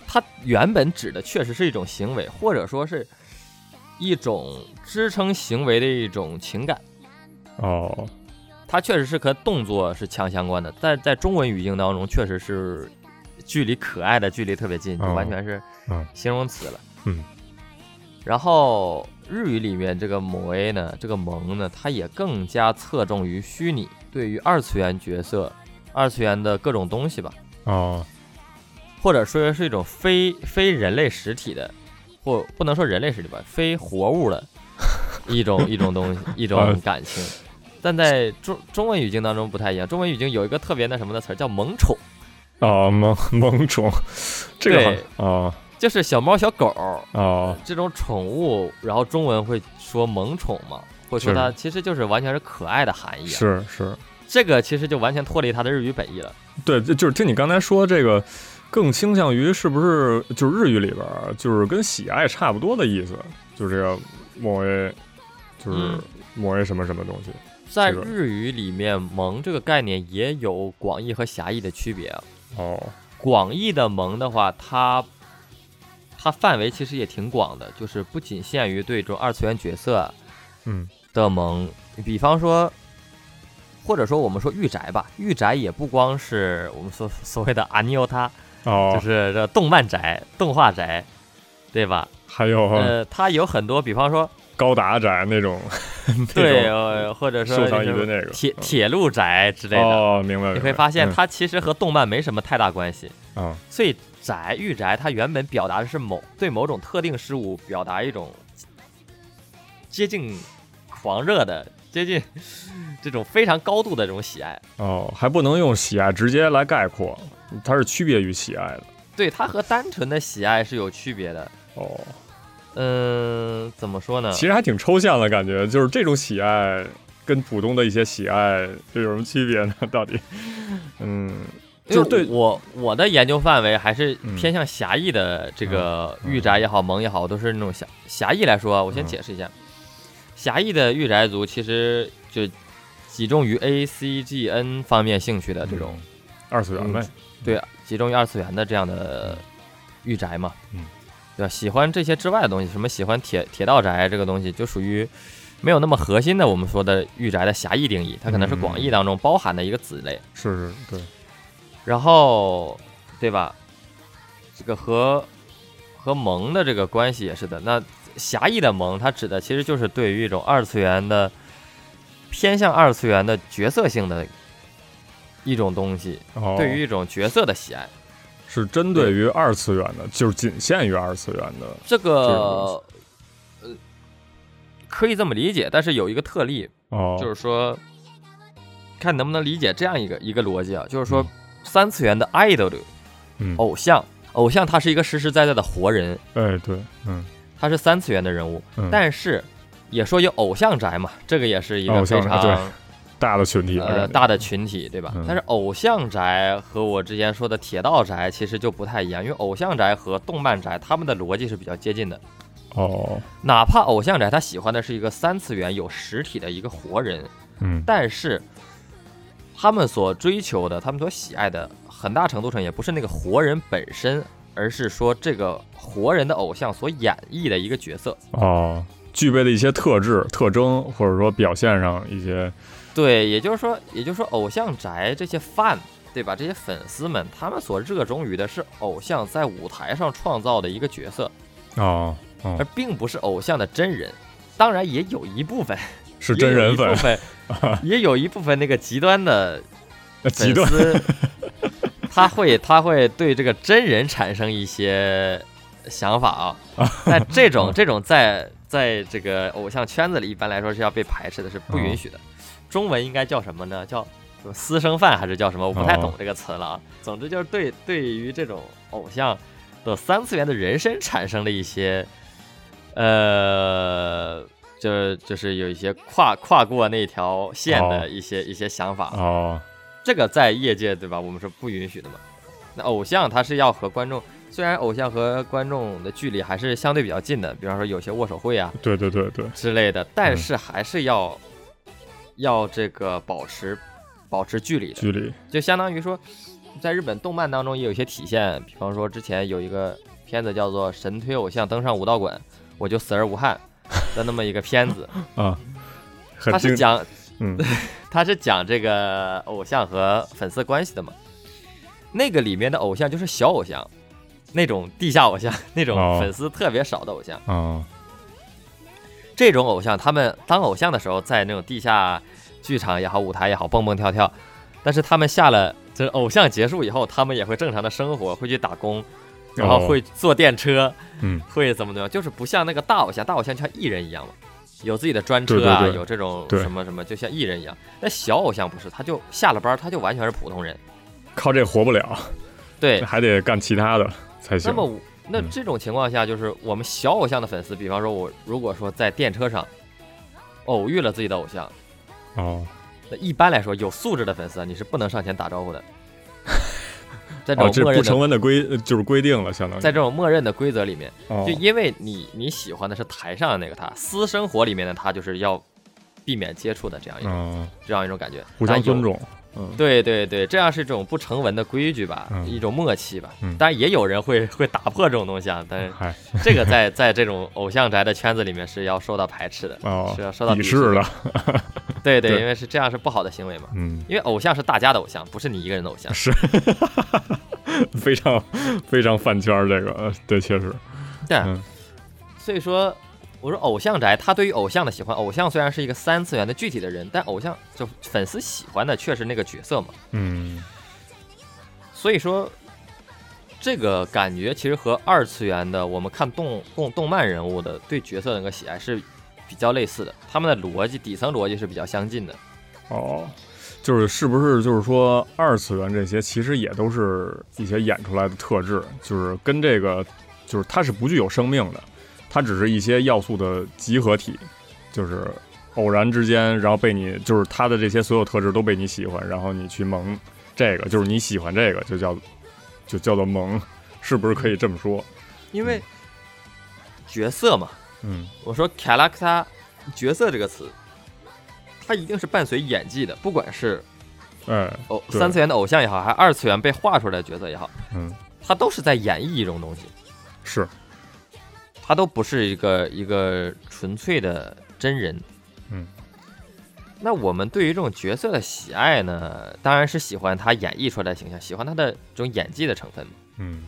Speaker 2: 它原本指的确实是一种行为，或者说是一种支撑行为的一种情感。
Speaker 1: 哦，
Speaker 2: 它确实是和动作是强相关的，但在中文语境当中，确实是距离可爱的距离特别近，就
Speaker 1: 哦
Speaker 2: 完全是
Speaker 1: 嗯
Speaker 2: 形容词了。
Speaker 1: 嗯。
Speaker 2: 然后日语里面这个某 A 呢，这个萌呢，它也更加侧重于虚拟，对于二次元角色、二次元的各种东西吧，
Speaker 1: 哦，
Speaker 2: 或者说是一种非非人类实体的，或不能说人类实体吧，非活
Speaker 1: *laughs*
Speaker 2: 物的一种一种东西，一
Speaker 1: 啊
Speaker 2: 种感情。但在中中文语境当中不太一样，中文语境有一个特别那什么的词儿叫“萌宠
Speaker 1: 哦，萌 *laughs* 萌宠，这个
Speaker 2: 对
Speaker 1: 好哦”，
Speaker 2: 就是小猫小狗儿
Speaker 1: 哦，
Speaker 2: 这种宠物，然后中文会说“萌宠”嘛，会说
Speaker 1: 是
Speaker 2: 它其实就是完全是可爱的含义、啊。
Speaker 1: 是是，
Speaker 2: 这个其实就完全脱离它的日语本意了。
Speaker 1: 对，就就是听你刚才说这个，更倾向于是不是就是日语里边儿就是跟喜爱差不多的意思，就是这个某位，就是
Speaker 2: 嗯
Speaker 1: 某位什么什么东西，
Speaker 2: 在
Speaker 1: 这个
Speaker 2: 日语里面，“萌”这个概念也有广义和狭义的区别啊。
Speaker 1: 哦，
Speaker 2: 广义的萌的话，它它范围其实也挺广的，就是不仅限于对这种二次元角色
Speaker 1: 嗯，
Speaker 2: 的萌，比方说，或者说我们说御宅吧，御宅也不光是我们所所谓的阿尼欧他，就
Speaker 1: 哦，
Speaker 2: 是这动漫宅、动画宅，对吧？
Speaker 1: 还有
Speaker 2: 呃，它有很多，比方说
Speaker 1: 高达宅那种，*laughs*
Speaker 2: 对、
Speaker 1: 那种
Speaker 2: 呃，或者说
Speaker 1: 收藏
Speaker 2: 就
Speaker 1: 一堆
Speaker 2: 是
Speaker 1: 那个
Speaker 2: 铁
Speaker 1: 嗯
Speaker 2: 铁路宅之类的，
Speaker 1: 哦，明白，
Speaker 2: 你
Speaker 1: 明
Speaker 2: 会
Speaker 1: 白
Speaker 2: 发现
Speaker 1: 嗯
Speaker 2: 它其实和动漫没什么太大关系。
Speaker 1: 啊，
Speaker 2: 所以宅御宅，它原本表达的是某对某种特定事物表达一种接近狂热的、接近 *laughs* 这种非常高度的这种喜爱。
Speaker 1: 哦，还不能用喜爱直接来概括，它是区别于喜爱的，
Speaker 2: 对它和单纯的喜爱是有区别的。
Speaker 1: 哦，
Speaker 2: 嗯，怎么说呢？
Speaker 1: 其实还挺抽象的感觉，就是这种喜爱跟普通的一些喜爱这有什么区别呢？到底？ *laughs* 嗯，就是对
Speaker 2: 因为我我的研究范围还是
Speaker 1: 嗯
Speaker 2: 偏向狭义的，这个御宅也好，萌也好，都是那种狭狭义来说啊。我先
Speaker 1: 嗯
Speaker 2: 解释一下，狭义的御宅族其实就集中于 A、C、G、N 方面兴趣的这种，嗯
Speaker 1: 二次元呗。
Speaker 2: 对，集中于二次元的这样的御宅嘛，
Speaker 1: 嗯，
Speaker 2: 对吧？喜欢这些之外的东西，什么喜欢铁铁道宅这个东西，就属于没有那么核心的我们说的御宅的狭义定义，它可能是广义当中包含的一个子类。
Speaker 1: 是是，对，
Speaker 2: 然后，对吧？这个和和萌的这个关系也是的。那狭义的萌，它指的其实就是对于一种二次元的偏向二次元的角色性的一种东西，
Speaker 1: 哦，
Speaker 2: 对于一种角色的喜爱。
Speaker 1: 是针对于二次元的，就是仅限于二次元的，
Speaker 2: 这
Speaker 1: 这
Speaker 2: 个
Speaker 1: 种东
Speaker 2: 呃，可以这么理解，但是有一个特例，
Speaker 1: 哦，
Speaker 2: 就是说，看能不能理解这样一个一个逻辑啊，就是说
Speaker 1: 嗯
Speaker 2: 三次元的 idol
Speaker 1: 嗯，，
Speaker 2: 偶像，偶像他是一个实实在在的活人。
Speaker 1: 哎，对，嗯，
Speaker 2: 他是三次元的人物，
Speaker 1: 嗯
Speaker 2: 但是也说有偶像宅嘛，这个也是一个
Speaker 1: 偶
Speaker 2: 非
Speaker 1: 像宅对
Speaker 2: 常
Speaker 1: 大的群体了，
Speaker 2: 呃
Speaker 1: 感觉
Speaker 2: 大的群体，对吧？
Speaker 1: 嗯
Speaker 2: 但是偶像宅和我之前说的铁道宅其实就不太一样，因为偶像宅和动漫宅他们的逻辑是比较接近的。
Speaker 1: 哦，
Speaker 2: 哪怕偶像宅他喜欢的是一个三次元有实体的一个活人，
Speaker 1: 嗯，
Speaker 2: 但是他们所追求的，他们所喜爱的，很大程度上也不是那个活人本身，而是说这个活人的偶像所演绎的一个角色。
Speaker 1: 哦，具备的一些特质、特征，或者说表现上一些，
Speaker 2: 对，也就是说，也就是说，偶像宅这些 fan，对吧？这些粉丝们，他们所热衷于的是偶像在舞台上创造的一个角色，
Speaker 1: 哦，
Speaker 2: 而
Speaker 1: 哦，
Speaker 2: 并不是偶像的真人。当然，也有一部分
Speaker 1: 是真人
Speaker 2: 也有一
Speaker 1: 粉
Speaker 2: 部，分也有一部分那个极端的
Speaker 1: *laughs* 极
Speaker 2: 粉
Speaker 1: 端，
Speaker 2: 丝，他会他会对这个真人产生一些想法
Speaker 1: *laughs*
Speaker 2: 啊。但这种这种在在这个偶像圈子里，一般来说是要被排斥的，是不
Speaker 1: 嗯
Speaker 2: 允许的。中文应该叫什么呢？叫什么私生饭还是叫什么？我不
Speaker 1: 哦
Speaker 2: 太懂这个词了啊。总之就是对对于这种偶像的三次元的人生产生了一些呃。就是就是有一些跨跨过那条线
Speaker 1: 哦
Speaker 2: 的一些、一些想法，啊
Speaker 1: 哦，
Speaker 2: 这个在业界对吧，我们是不允许的嘛。那偶像他是要和观众，虽然偶像和观众的距离还是相对比较近的，比方说有些握手会啊
Speaker 1: 对对对对，
Speaker 2: 之类的，但是还是要、要这个保持保持距离的，
Speaker 1: 距离，
Speaker 2: 就相当于说，在日本动漫当中也有一些体现，比方说之前有一个片子叫做《神推偶像登上武道馆，我就死而无憾》的那么一个片子，
Speaker 1: 啊，很
Speaker 2: 它
Speaker 1: 精
Speaker 2: 是，讲
Speaker 1: 嗯，
Speaker 2: *laughs* 他是讲这个偶像和粉丝关系的嘛。那个里面的偶像就是小偶像，那种地下偶像，那
Speaker 1: 哦
Speaker 2: 种粉丝特别少的偶像。
Speaker 1: 啊，
Speaker 2: 这种偶像，他们当偶像的时候，在那种地下剧场也好，舞台也好，蹦蹦跳跳。但是他们下了，就是偶像结束以后，他们也会正常的生活，会去打工，然后会坐电车，
Speaker 1: 哦嗯，
Speaker 2: 会怎么怎么样，就是不像那个大偶像，大偶像就像艺人一样嘛，有自己的专
Speaker 1: 对
Speaker 2: 车
Speaker 1: 对
Speaker 2: 啊，
Speaker 1: 对
Speaker 2: 有这种
Speaker 1: 对
Speaker 2: 什么什么，就像艺人一样。那小偶像不是，他就下了班，他就完全是普通人。
Speaker 1: 靠这活不了， *laughs*
Speaker 2: 对，
Speaker 1: 还得干其他的才
Speaker 2: 那
Speaker 1: 行。
Speaker 2: 么我那
Speaker 1: 嗯
Speaker 2: 这种情况下，就是我们小偶像的粉丝，比方说我如果说在电车上偶遇了自己的偶像，
Speaker 1: 哦，
Speaker 2: 那一般来说有素质的粉丝啊，你是不能上前打招呼的。 *laughs* 在这
Speaker 1: 哦，
Speaker 2: 种
Speaker 1: 这不
Speaker 2: 默认的，
Speaker 1: 成文的规就是规定了，相当于
Speaker 2: 在这种默认的规则里面，
Speaker 1: 哦
Speaker 2: 就因为你你喜欢的是台上的那个他，私生活里面的他就是要避免接触的这样一种、
Speaker 1: 嗯，
Speaker 2: 这样一种感觉，
Speaker 1: 互相
Speaker 2: 但有
Speaker 1: 尊。重，嗯，
Speaker 2: 对对对，这样是一种不成文的规矩吧，
Speaker 1: 嗯
Speaker 2: 一种默契吧。
Speaker 1: 嗯
Speaker 2: 当然也有人会 *laughs* 会打破这种东西啊，但是
Speaker 1: 嗨，
Speaker 2: 这个
Speaker 1: *laughs*
Speaker 2: 在在这种偶像宅的圈子里面是要受到排斥的。
Speaker 1: 哦
Speaker 2: 是要啊受到，
Speaker 1: 鄙
Speaker 2: 鄙视
Speaker 1: 视
Speaker 2: 的
Speaker 1: 了，
Speaker 2: 对对，
Speaker 1: 对
Speaker 2: 因为是这样是不好的行为嘛。
Speaker 1: 嗯，
Speaker 2: 因为偶像是大家的偶像，不是你一个人的偶像。
Speaker 1: 是，非常非常饭圈儿这个，呃对，确实，
Speaker 2: 对啊，
Speaker 1: 嗯
Speaker 2: 所以说，我说偶像宅，他对于偶像的喜欢，偶像虽然是一个三次元的具体的人，但偶像就粉丝喜欢的却是那个角色嘛。
Speaker 1: 嗯，
Speaker 2: 所以说，这个感觉其实和二次元的我们看动动动漫人物的对角色的那个喜爱是比较类似的，他们的逻辑底层逻辑是比较相近的。
Speaker 1: 哦，就是是不是就是说二次元这些其实也都是一些演出来的特质，就是跟这个就是它是不具有生命的，它只是一些要素的集合体，就是偶然之间，然后被你就是它的这些所有特质都被你喜欢，然后你去萌这个，就是你喜欢这个就叫就叫做萌，是不是可以这么说？
Speaker 2: 因为嗯角色嘛，
Speaker 1: 嗯，
Speaker 2: 我说 character 角色这个词，它一定是伴随演技的，不管是
Speaker 1: 哎，
Speaker 2: 偶
Speaker 1: 对
Speaker 2: 哦三次元的偶像也好，还是二次元被画出来的角色也好，
Speaker 1: 嗯，
Speaker 2: 它都是在演绎一种东西，
Speaker 1: 是，
Speaker 2: 它都不是一个一个纯粹的真人。
Speaker 1: 嗯，
Speaker 2: 那我们对于这种角色的喜爱呢，当然是喜欢他演绎出来的形象，喜欢他的这种演技的成分。
Speaker 1: 嗯，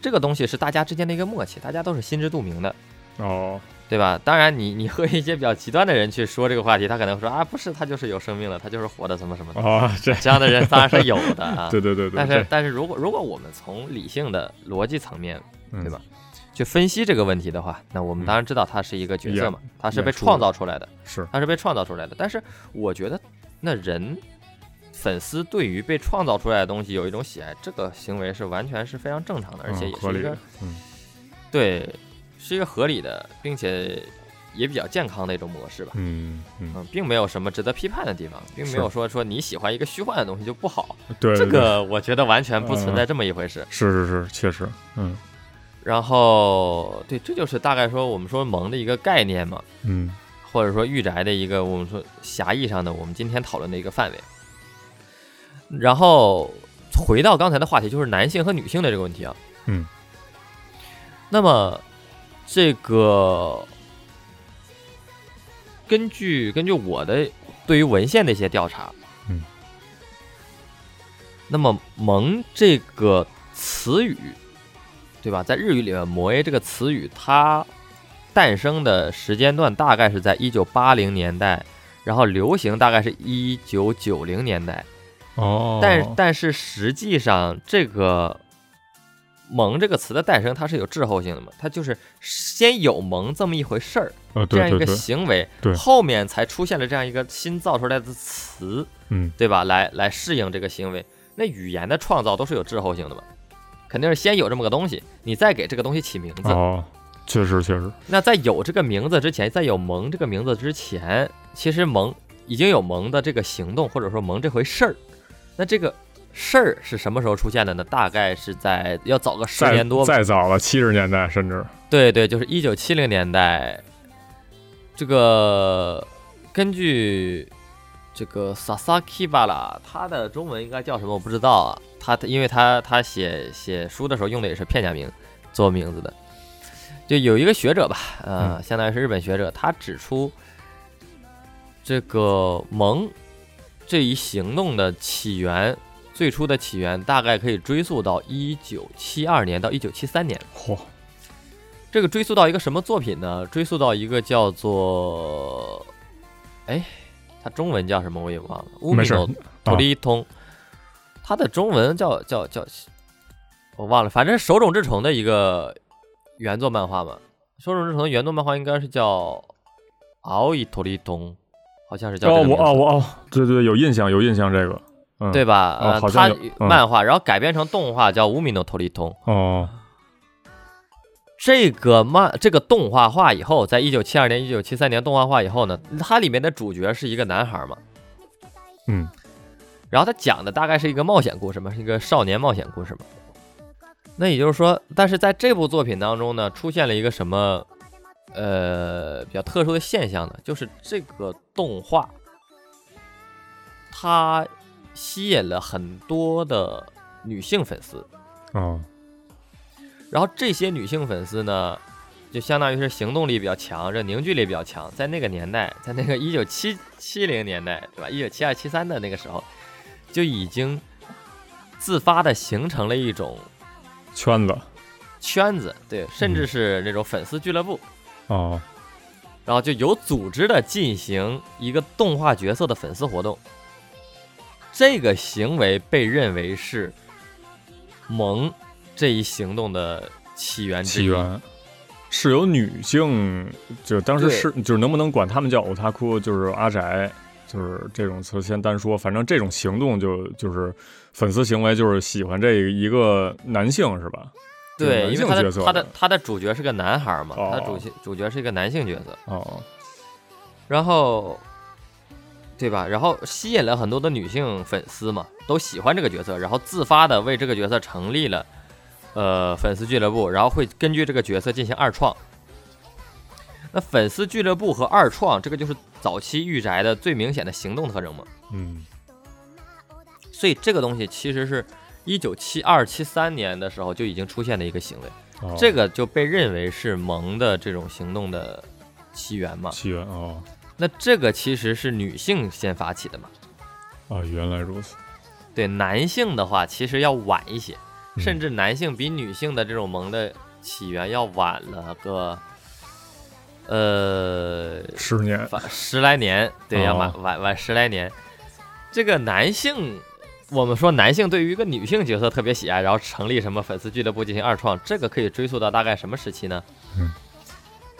Speaker 2: 这个东西是大家之间的一个默契，大家都是心知肚明的，
Speaker 1: 哦，
Speaker 2: 对吧？ *laughs* 当然你，你和一些比较极端的人去说这个话题，他可能会说啊，不是，他就是有生命的，他就是活的，什么什么的。
Speaker 1: 哦，这，
Speaker 2: 这样的人当然是有的
Speaker 1: *laughs* 。
Speaker 2: 啊
Speaker 1: 对对对对，
Speaker 2: 但是
Speaker 1: 这，
Speaker 2: 但是如果如果我们从理性的逻辑层面，
Speaker 1: 嗯
Speaker 2: 对吧？？去分析这个问题的话，那我们
Speaker 1: 嗯
Speaker 2: 当然知道他是一个角色嘛，他是被
Speaker 1: 演出
Speaker 2: 创造出来的，
Speaker 1: 是，
Speaker 2: 他是被创造出来的。但是我觉得，那人粉丝对于被创造出来的东西有一种喜爱，这个行为是完全是非常正常的，而且
Speaker 1: 嗯
Speaker 2: 也
Speaker 1: 合
Speaker 2: 是
Speaker 1: 理
Speaker 2: 一个、
Speaker 1: 的，嗯
Speaker 2: 对，是一个合理的，并且也比较健康的一种模式吧。
Speaker 1: 嗯嗯，
Speaker 2: 嗯，并没有什么值得批判的地方，并没有
Speaker 1: 是
Speaker 2: 说说你喜欢一个虚幻的东西就不好，
Speaker 1: 对，
Speaker 2: 这
Speaker 1: 对
Speaker 2: 个我觉得完全不存
Speaker 1: 嗯
Speaker 2: 在这么一回事。
Speaker 1: 是是是，确实，嗯
Speaker 2: 然后，对，这就是大概说我们说萌的一个概念嘛，
Speaker 1: 嗯
Speaker 2: 或者说御宅的一个我们说狭义上的我们今天讨论的一个范围。然后回到刚才的话题，就是男性和女性的这个问题啊。
Speaker 1: 嗯。
Speaker 2: 那么，这个根据根据我的对于文献的一些调查，
Speaker 1: 嗯，
Speaker 2: 那么“萌”这个词语，对吧？在日语里面，“萌 A” 这个词语，它诞生的时间段大概是在一九八零年代，然后流行大概是一九九零年代。
Speaker 1: 哦，
Speaker 2: 但但是实际上，这个“萌”这个词的诞生，它是有滞后性的嘛？它就是先有“萌”这么一回事儿，
Speaker 1: 呃，
Speaker 2: 这
Speaker 1: 对
Speaker 2: 样一
Speaker 1: 对
Speaker 2: 个
Speaker 1: 对，
Speaker 2: 行为，
Speaker 1: 对
Speaker 2: 后面才出现了这样一个新造出来的词，
Speaker 1: 嗯
Speaker 2: 对吧？来来适应这个行为。那语言的创造都是有滞后性的嘛？肯定是先有这么个东西，你再给这个东西起名字。
Speaker 1: 哦，确实确实，
Speaker 2: 那在有这个名字之前，在有“萌”这个名字之前，其实“萌”已经有“萌”的这个行动，或者说“萌”这回事儿。那这个事儿是什么时候出现的呢？大概是在要早个十
Speaker 1: 再
Speaker 2: 年多吧。
Speaker 1: 再早了，七十年代甚至，
Speaker 2: 对对，就是一九七零年代。这个根据这个 Sasaki b a l a 他的中文应该叫什么我不知道啊。他因为他他写写书的时候用的也是片假名做名字的。就有一个学者吧，呃，相当于是日本学者，他指出这个“萌”这一行动的起源，最初的起源大概可以追溯到一九七二年到一九七三年。
Speaker 1: 嚯，
Speaker 2: 这个追溯到一个什么作品呢？追溯到一个叫做，哎，它中文叫什么我也忘了。乌米
Speaker 1: 没事啊
Speaker 2: 诺托利通，它的中文叫叫叫，我忘了，反正是手冢治虫的一个原作漫画嘛。手冢治虫的原作漫画应该是叫《奥伊托利通》，好像是叫这
Speaker 1: 哦
Speaker 2: 个
Speaker 1: 我
Speaker 2: 名字。
Speaker 1: 哦我哦，对对，有印象有印象这个，嗯，
Speaker 2: 对吧？
Speaker 1: 哦
Speaker 2: 呃，
Speaker 1: 好像
Speaker 2: 它
Speaker 1: 有嗯
Speaker 2: 漫画，然后改编成动画叫《乌米诺托利通》。
Speaker 1: 哦，
Speaker 2: 这个漫这个动画化以后，在一九七二年、一九七三年动画化以后呢，它里面的主角是一个男孩嘛，
Speaker 1: 嗯
Speaker 2: 然后他讲的大概是一个冒险故事嘛，是一个少年冒险故事嘛。那也就是说，但是在这部作品当中呢，出现了一个什么呃比较特殊的现象呢？就是这个动画，它吸引了很多的女性粉丝，
Speaker 1: 哦，
Speaker 2: 然后这些女性粉丝呢，就相当于是行动力比较强，这凝聚力比较强。在那个年代，在那个一九七七零年代，对吧？一九七二、七三的那个时候，就已经自发的形成了一种
Speaker 1: 圈子，
Speaker 2: 圈子，对，甚至是那种粉丝俱乐部，
Speaker 1: 哦
Speaker 2: 然后就有组织的进行一个动画角色的粉丝活动。这个行为被认为是萌这一行动的起源之
Speaker 1: 起
Speaker 2: 一。
Speaker 1: 源。是有女性，就当时
Speaker 2: 对
Speaker 1: 是就是能不能管他们叫欧塔库，就是阿宅，就是这种词先单说，反正这种行动就就是粉丝行为，就是喜欢这一个男性是吧？
Speaker 2: 对，
Speaker 1: 男
Speaker 2: 因为
Speaker 1: 性
Speaker 2: 他
Speaker 1: 角
Speaker 2: 的
Speaker 1: 色啊
Speaker 2: 他的他的主角是个男孩嘛，他的
Speaker 1: 哦
Speaker 2: 主角主角是一个男性角色，
Speaker 1: 哦，
Speaker 2: 然后，对吧？然后吸引了很多的女性粉丝嘛，都喜欢这个角色，然后自发的为这个角色成立了呃粉丝俱乐部，然后会根据这个角色进行二创。那粉丝俱乐部和二创，这个就是早期御宅的最明显的行动特征嘛。
Speaker 1: 嗯
Speaker 2: 所以这个东西其实是一九七二七三年的时候就已经出现的一个行为。
Speaker 1: 哦
Speaker 2: 这个就被认为是萌的这种行动的起源嘛。
Speaker 1: 起源哦，
Speaker 2: 那这个其实是女性先发起的嘛？
Speaker 1: 啊，原来如此，
Speaker 2: 对，男性的话其实要晚一些，
Speaker 1: 嗯
Speaker 2: 甚至男性比女性的这种萌的起源要晚了个，呃，
Speaker 1: 十年
Speaker 2: 反十来年，对，
Speaker 1: 哦
Speaker 2: 要晚晚晚十来年。这个男性，我们说男性对于一个女性角色特别喜爱，然后成立什么粉丝俱乐部进行二创，这个可以追溯到大概什么时期呢？
Speaker 1: 嗯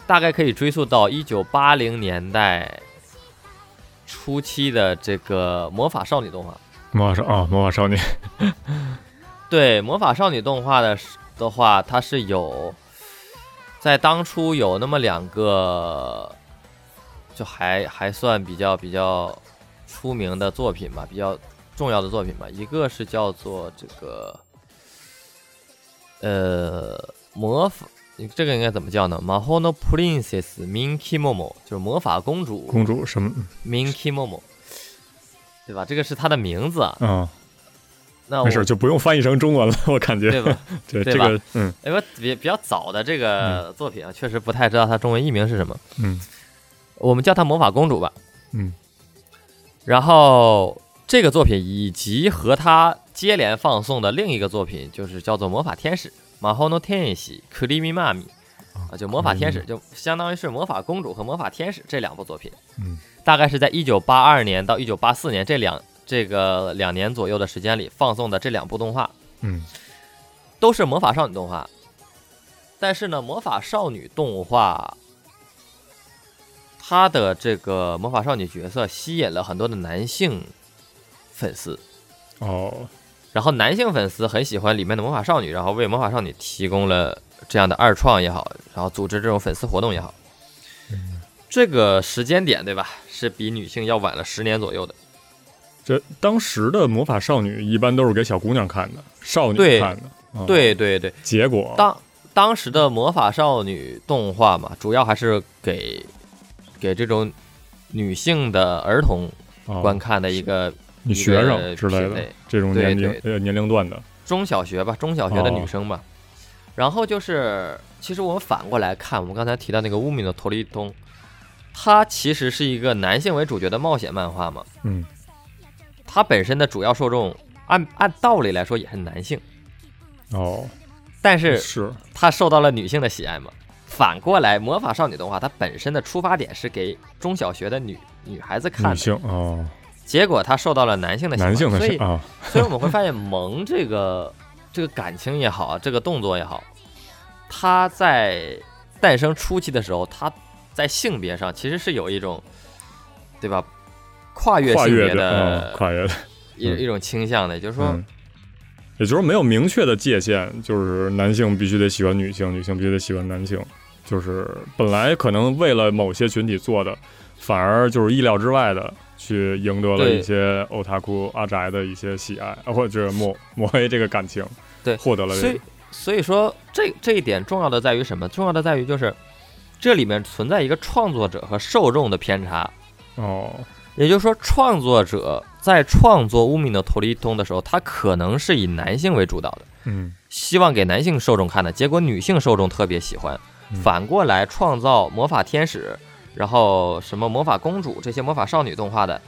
Speaker 2: 大概可以追溯到一九八零年代初期的这个魔法少女动画。
Speaker 1: 魔法少啊，魔法少年
Speaker 2: 对魔法少女动画的是的话，它是有在当初有那么两个，就还还算比较比较出名的作品吧，比较重要的作品吧。一个是叫做这个呃魔法，这个应该怎么叫呢？Mahono Princess Minky Momo，就是魔法公主
Speaker 1: 公主什么
Speaker 2: Minky Momo，对吧？这个是她的名字啊。
Speaker 1: 啊？
Speaker 2: 那我
Speaker 1: 没事，就不用翻译成中文了， *laughs* 我感
Speaker 2: 对
Speaker 1: 觉
Speaker 2: 吧？
Speaker 1: 这
Speaker 2: 对
Speaker 1: 这个嗯
Speaker 2: 因为哎比比较早的这个作品啊，确实不太知道它中文译名是什么，
Speaker 1: 嗯
Speaker 2: 我们叫它魔法公主吧。
Speaker 1: 嗯
Speaker 2: 然后这个作品以及和它接连放送的另一个作品，就是叫做魔法天使 （Mahono t e n s i k u r i m i m a m i
Speaker 1: 哦
Speaker 2: 啊，就魔法天使，就相当于是魔法公主和魔法天使这两部作品，
Speaker 1: 嗯
Speaker 2: 大概是在一九八二年到一九八四年这两这个两年左右的时间里放送的这两部动画。
Speaker 1: 嗯
Speaker 2: 都是魔法少女动画，但是呢，魔法少女动画它的这个魔法少女角色吸引了很多的男性粉丝，
Speaker 1: 哦
Speaker 2: 然后男性粉丝很喜欢里面的魔法少女，然后为魔法少女提供了这样的二创也好，然后组织这种粉丝活动也好，这个时间点对吧，是比女性要晚了十年左右的。
Speaker 1: 这当时的魔法少女一般都是给小姑娘看的，少女
Speaker 2: 对
Speaker 1: 看的。啊，
Speaker 2: 对对对，
Speaker 1: 结果
Speaker 2: 当当时的魔法少女动画嘛，主要还是给给这种女性的儿童
Speaker 1: 啊
Speaker 2: 观看的一个、
Speaker 1: 你学生之类
Speaker 2: 品
Speaker 1: 的
Speaker 2: 类
Speaker 1: 这种
Speaker 2: 对
Speaker 1: 年龄呃年龄段的，
Speaker 2: 中小学吧，中小学
Speaker 1: 哦
Speaker 2: 的女生吧。然后就是，其实我们反过来看，我们刚才提到那个《乌米的陀利东》，它其实是一个男性为主角的冒险漫画嘛，
Speaker 1: 嗯
Speaker 2: 它本身的主要受众按按道理来说也是男性，
Speaker 1: 哦
Speaker 2: 但是
Speaker 1: 是
Speaker 2: 它受到了女性的喜爱嘛。反过来，魔法少女动画它本身的出发点是给中小学的女女孩子看
Speaker 1: 女
Speaker 2: 的，
Speaker 1: 性哦，
Speaker 2: 结果它受到了男性的喜欢，
Speaker 1: 男性的
Speaker 2: 所
Speaker 1: 是
Speaker 2: 以
Speaker 1: 啊， *laughs*
Speaker 2: 所以我们会发现萌这个这个感情也好，这个动作也好，它在诞生初期的时候，它在性别上其实是有一种，对吧？跨越
Speaker 1: 跨
Speaker 2: 性别
Speaker 1: 越的
Speaker 2: 的
Speaker 1: 嗯跨越的，
Speaker 2: 一
Speaker 1: 嗯
Speaker 2: 一种倾向的，也就是说
Speaker 1: 嗯，也就是没有明确的界限，就是男性必须得喜欢女性，女性必须得喜欢男性，就是本来可能为了某些群体做的，反而就是意料之外的。去赢得了
Speaker 2: 对
Speaker 1: 一些欧塔库阿宅的一些喜爱，啊或者抹抹黑这个感情，
Speaker 2: 对
Speaker 1: 获得了这
Speaker 2: 所
Speaker 1: 个
Speaker 2: 以，所以说这这一点重要的在于什么？重要的在于就是这里面存在一个创作者和受众的偏差。
Speaker 1: 哦，
Speaker 2: 也就是说，创作者在创作《乌米诺托利通》的时候，他可能是以男性为主导的，
Speaker 1: 嗯
Speaker 2: 希望给男性受众看的，结果女性受众特别喜欢
Speaker 1: 嗯。
Speaker 2: 反过来，创造魔法天使，然后什么魔法公主这些魔法少女动画的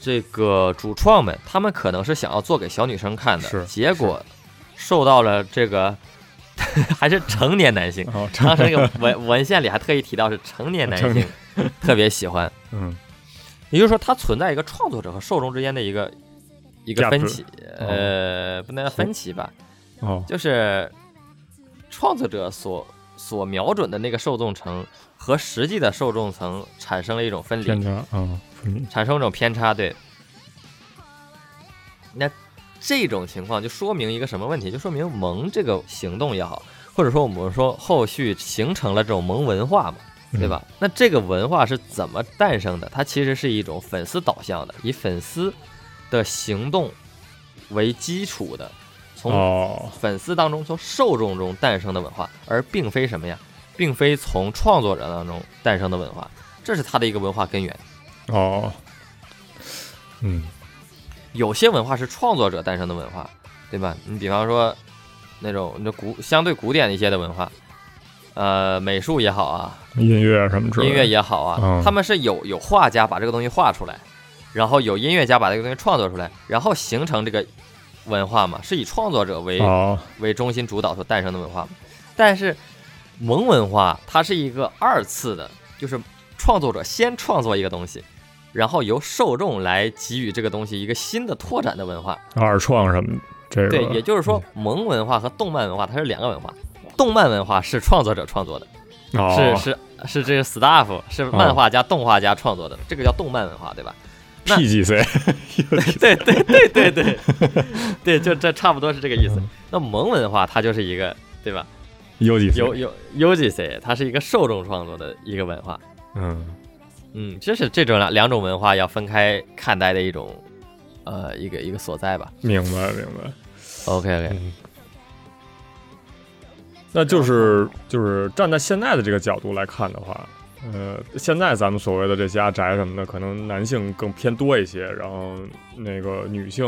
Speaker 2: 这个主创们，他们可能是想要做给小女生看的，
Speaker 1: 是
Speaker 2: 结果受到了这个 *laughs* 还是成年男
Speaker 1: *laughs*
Speaker 2: 性。
Speaker 1: 哦，这
Speaker 2: 当时那个文文献里还特意提到是成年男
Speaker 1: 成
Speaker 2: 性
Speaker 1: 年
Speaker 2: 特别喜欢，
Speaker 1: 嗯
Speaker 2: 也就是说，它存在一个创作者和受众之间的一个一个
Speaker 1: 价值
Speaker 2: 分歧，呃，不能叫分歧吧，
Speaker 1: 哦，
Speaker 2: 就是创作者所所瞄准的那个受众层和实际的受众层产生了一种分
Speaker 1: 偏
Speaker 2: 离，
Speaker 1: 差啊，分离
Speaker 2: 产生一种偏差。对，那这种情况就说明一个什么问题？就说明萌这个行动也好，或者说我们说后续形成了这种萌文化嘛。
Speaker 1: 嗯
Speaker 2: 对？吧？那这个文化是怎么诞生的？它其实是一种粉丝导向的，以粉丝的行动为基础的，
Speaker 1: 嗯
Speaker 2: 从
Speaker 1: 哦，
Speaker 2: 粉丝当中、从受众中诞生的文化，而并非什么呀，并非从创作者当中诞生的文化，这是它的一个文化根源。
Speaker 1: 哦，嗯，
Speaker 2: 有些文化是创作者诞生的文化，对吧？你比方说那种那古相对古典一些的文化，呃美术也好啊，
Speaker 1: 音乐什么之类
Speaker 2: 音
Speaker 1: 的。
Speaker 2: 乐也好啊，
Speaker 1: 嗯
Speaker 2: 他们是有有画家把这个东西画出来，然后有音乐家把这个东西创作出来，然后形成这个文化嘛，是以创作者为、
Speaker 1: 哦，
Speaker 2: 为中心主导所诞生的文化嘛。但是蒙文化它是一个二次的，就是创作者先创作一个东西，然后由受众来给予这个东西一个新的拓展的文化。
Speaker 1: 二创什么这个。
Speaker 2: 对，也就是说，蒙文化和动漫文化它是两个文化。动漫文化是创作者创作的，
Speaker 1: 哦
Speaker 2: 是是是这个 staff 是漫画家、动画家创作的，这个叫动漫文化，对吧？ *laughs* 那
Speaker 1: PGC
Speaker 2: 对对对对对 *laughs* 对，就这差不多是这个意思。那蒙文化它就是一个，对吧？
Speaker 1: UGC
Speaker 2: 有有 UGC，它是一个受众创作的一个文化。
Speaker 1: 嗯
Speaker 2: 嗯，这是这种两两种文化要分开看待的一种，呃，一个一个所在吧。
Speaker 1: 明白明白。
Speaker 2: OK OK，
Speaker 1: 那就是就是站在现在的这个角度来看的话，呃，现在咱们所谓的这些阿宅什么的，可能男性更偏多一些，然后那个女性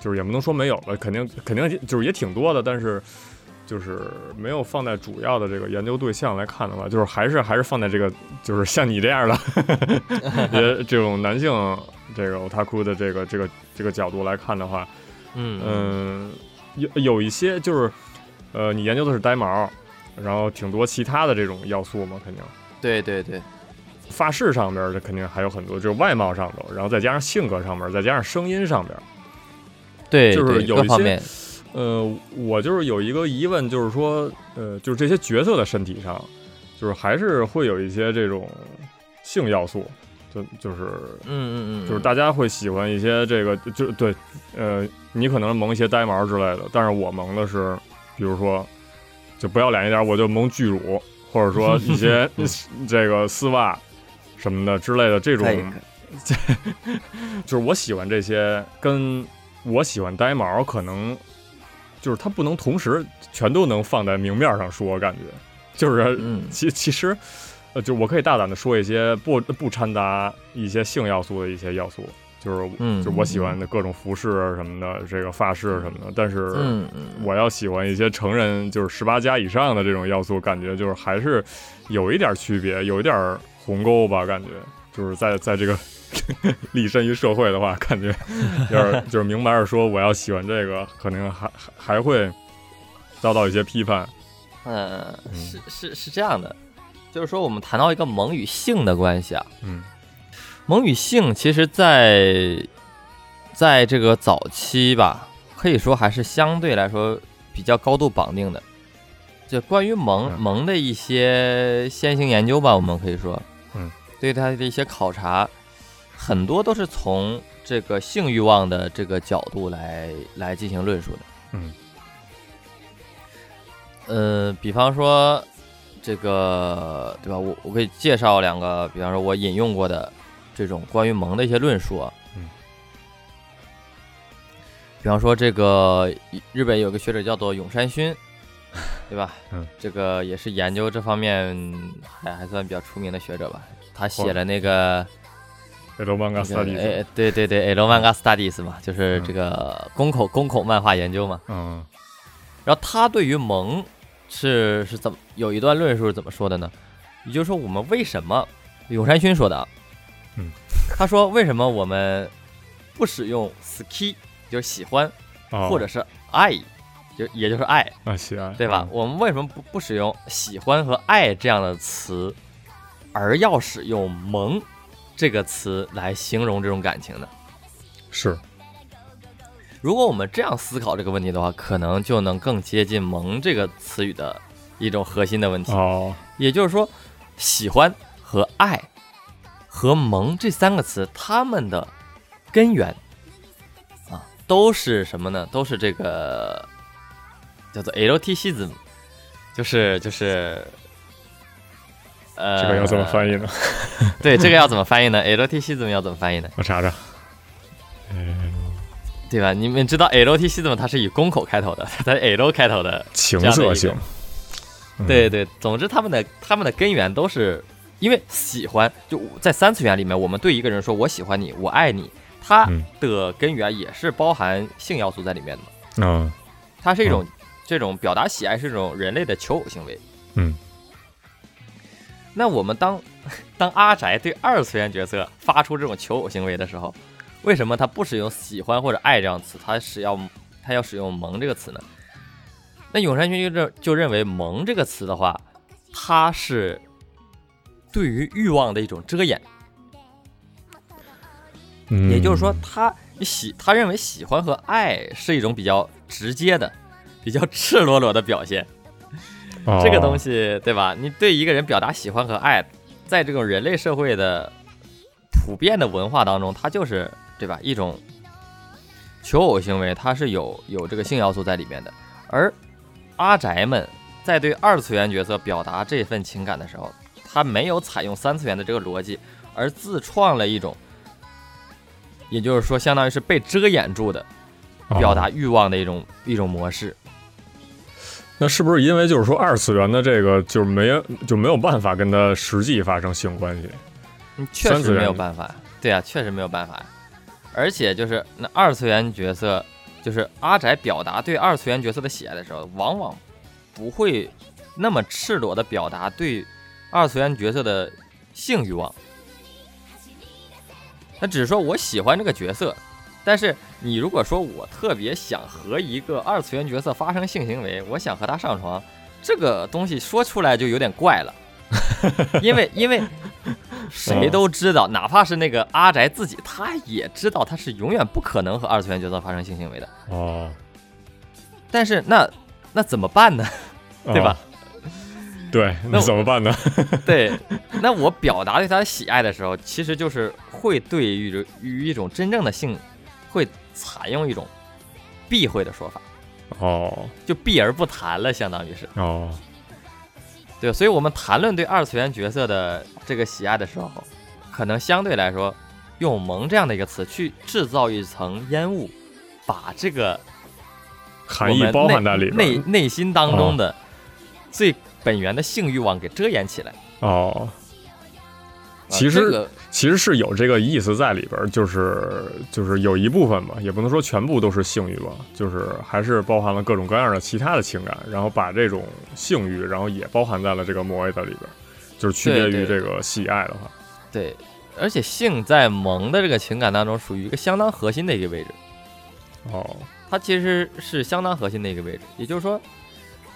Speaker 1: 就是也不能说没有了，肯定肯定就是也挺多的，但是就是没有放在主要的这个研究对象来看的话，就是还是还是放在这个就是像你这样的 *laughs* 也这种男性这个 otaku 的这个这个这个角度来看的话，
Speaker 2: 嗯
Speaker 1: 嗯，有有一些就是，呃，你研究的是呆毛，然后挺多其他的这种要素嘛，肯定
Speaker 2: 对对对，
Speaker 1: 发饰上边儿的肯定还有很多，就是外貌上头，然后再加上性格上面儿，再加上声音上边儿。
Speaker 2: 对
Speaker 1: 就是
Speaker 2: 对
Speaker 1: 有
Speaker 2: 各
Speaker 1: 一
Speaker 2: 方
Speaker 1: 些
Speaker 2: 面，
Speaker 1: 呃，我就是有一个疑问，就是说，呃，就是这些角色的身体上，就是还是会有一些这种性要素，就就是
Speaker 2: 嗯嗯嗯，
Speaker 1: 就是大家会喜欢一些这个，就对，呃，你可能萌一些呆毛之类的，但是我萌的是，比如说，就不要脸一点，我就萌巨乳，或者
Speaker 2: *laughs*
Speaker 1: 说一些 *laughs* 这个丝袜什么的之类的这种
Speaker 2: 可以可以，
Speaker 1: *laughs* 就是我喜欢这些，跟我喜欢呆毛可能就是它不能同时全都能放在明面上说，感觉就是
Speaker 2: 嗯
Speaker 1: 其其实，呃，就我可以大胆的说一些不不掺杂一些性要素的一些要素，就是
Speaker 2: 嗯
Speaker 1: 就是我喜欢的各种服饰啊什么的，这个发饰什么的，但是
Speaker 2: 嗯嗯
Speaker 1: 我要喜欢一些成人就是十八加以上的这种要素，感觉就是还是有一点区别，有一点鸿沟吧，感觉就是在在这个 *laughs* 立身于社会的话，
Speaker 2: *laughs*
Speaker 1: 感觉要是就是明白着说我要喜欢这个，可能还还还会遭到一些批判。
Speaker 2: 呃，
Speaker 1: 嗯
Speaker 2: 是是是这样的，就是说我们谈到一个萌与性的关系啊，
Speaker 1: 嗯
Speaker 2: 萌与性其实在在这个早期吧，可以说还是相对来说比较高度绑定的。就关于萌
Speaker 1: 嗯
Speaker 2: 萌的一些先行研究吧，我们可以说，
Speaker 1: 嗯，
Speaker 2: 对它的一些考察，很多都是从这个性欲望的这个角度来来进行论述的。
Speaker 1: 嗯，
Speaker 2: 呃，比方说这个对吧？我我可以介绍两个，比方说我引用过的这种关于萌的一些论述啊。
Speaker 1: 嗯。
Speaker 2: 比方说这个日本有个学者叫做永
Speaker 1: *laughs*
Speaker 2: 山勋，对吧？
Speaker 1: 嗯。
Speaker 2: 这个也是研究这方面还还算比较出名的学者吧。他写了那个。
Speaker 1: ，Little Manga
Speaker 2: 那个
Speaker 1: Studies，
Speaker 2: 哎，对对对 e l o manga studies 嘛，就是这个宫口宫口漫画研究嘛。
Speaker 1: 嗯
Speaker 2: 然后他对于萌是是怎么有一段论述是怎么说的呢？也就是说，我们为什么永山勋说的啊，
Speaker 1: 嗯，
Speaker 2: 他说为什么我们不使用 ski 就是喜欢
Speaker 1: 哦，
Speaker 2: 或者是爱，就也就是爱，
Speaker 1: 啊喜爱，
Speaker 2: 对吧？我们为什么不不使用喜欢和爱这样的词，而要使用萌这个词来形容这种感情呢？
Speaker 1: 嗯？是，
Speaker 2: 如果我们这样思考这个问题的话，可能就能更接近“萌”这个词语的一种核心的问题。
Speaker 1: 哦，
Speaker 2: 也就是说，喜欢和爱和萌这三个词，它们的根源啊，都是什么呢？都是这个叫做 eroticism，就是就是。呃，
Speaker 1: 这个要怎么翻译呢？
Speaker 2: 译？ *laughs* 对，这个要怎么翻译呢？eroticism 要怎么翻译呢？
Speaker 1: 我查查，
Speaker 2: 对吧？你们知道 eroticism 它是以宫口开头的，它是 ero 开头的
Speaker 1: 情
Speaker 2: 这样的一
Speaker 1: 色
Speaker 2: 个
Speaker 1: 性，嗯
Speaker 2: 对对，总之他们的他们的根源都是因为喜欢，就在三次元里面，我们对一个人说我喜欢你，我爱你，它
Speaker 1: 嗯
Speaker 2: 的根源也是包含性要素在里面的嘛。
Speaker 1: 嗯
Speaker 2: 它是一种、这种表达喜爱是一种人类的求偶行为。
Speaker 1: 嗯，
Speaker 2: 那我们当 *laughs* 当阿宅对二次元角色发出这种求偶行为的时候，为什么他不使用喜欢或者爱这样的词，他使要他要使用萌这个词呢？那永山君就认就认为萌这个词的话，它是对于欲望的一种遮掩，
Speaker 1: 嗯
Speaker 2: 也就是说，他你喜他认为喜欢和爱是一种比较直接的、比较赤裸裸的表现。
Speaker 1: 哦
Speaker 2: 这个东，西，对吧？你对一个人表达喜欢和爱，在这种人类社会的普遍的文化当中，它就是对吧一种求偶行为，它是有有这个性要素在里面的。而阿宅们在对二次元角色表达这份情感的时候，他没有采用三次元的这个逻辑，而自创了一种，也就是说，相当于是被遮掩住的
Speaker 1: 哦
Speaker 2: 表达欲望的一种一种模式。
Speaker 1: 那是不是因为就是说二次元的这个就是没有就没有办法跟他实际发生性关系？
Speaker 2: 嗯，确
Speaker 1: 三
Speaker 2: 实
Speaker 1: 次
Speaker 2: 没
Speaker 1: 元
Speaker 2: 有办法。对啊，确实没有办法。而且就是那二次元角色，就是阿宅表达对二次元角色的喜爱的时候，往往不会那么赤裸的表达对二次元角色的性欲望。他只是说我喜欢这个角色，但是你如果说我特别想和一个二次元角色发生性行为，我想和他上床，这个东西说出来就有点怪了，因为因为谁都知道，哪怕是那个阿宅自己，他也知道他是永远不可能和二次元角色发生性行为的。
Speaker 1: 哦，
Speaker 2: 但是那那怎么办呢？对吧？
Speaker 1: 哦对，
Speaker 2: 那
Speaker 1: 那
Speaker 2: 我
Speaker 1: 怎么办呢？
Speaker 2: 对，那我表达对他的喜爱的时候，其实就是会对于于一种真正的性，会采用一种避讳的说法，
Speaker 1: 哦
Speaker 2: 就避而不谈了，相当于是
Speaker 1: 哦，
Speaker 2: 对。所以，我们谈论对二次元角色的这个喜爱的时候，可能相对来说，用“萌”这样的一个词去制造一层烟雾，把这个
Speaker 1: 含义包含在里
Speaker 2: 内
Speaker 1: 边。啊
Speaker 2: 内心当中的最本源的性欲望给遮掩起来。
Speaker 1: 哦，
Speaker 2: 啊
Speaker 1: 其实
Speaker 2: 这个
Speaker 1: 其实是有这个意思在里边儿，就是就是有一部分吧，也不能说全部都是性欲吧，就是还是包含了各种各样的其他的情感，然后把这种性欲，然后也包含在了这个魔位的里边儿，就是区别
Speaker 2: 对对
Speaker 1: 于这个喜爱的话，
Speaker 2: 对，而且性在萌的这个情感当中，属于一个相当核心的一个位置，
Speaker 1: 哦，
Speaker 2: 它其实是相当核心的一个位置。也就是说，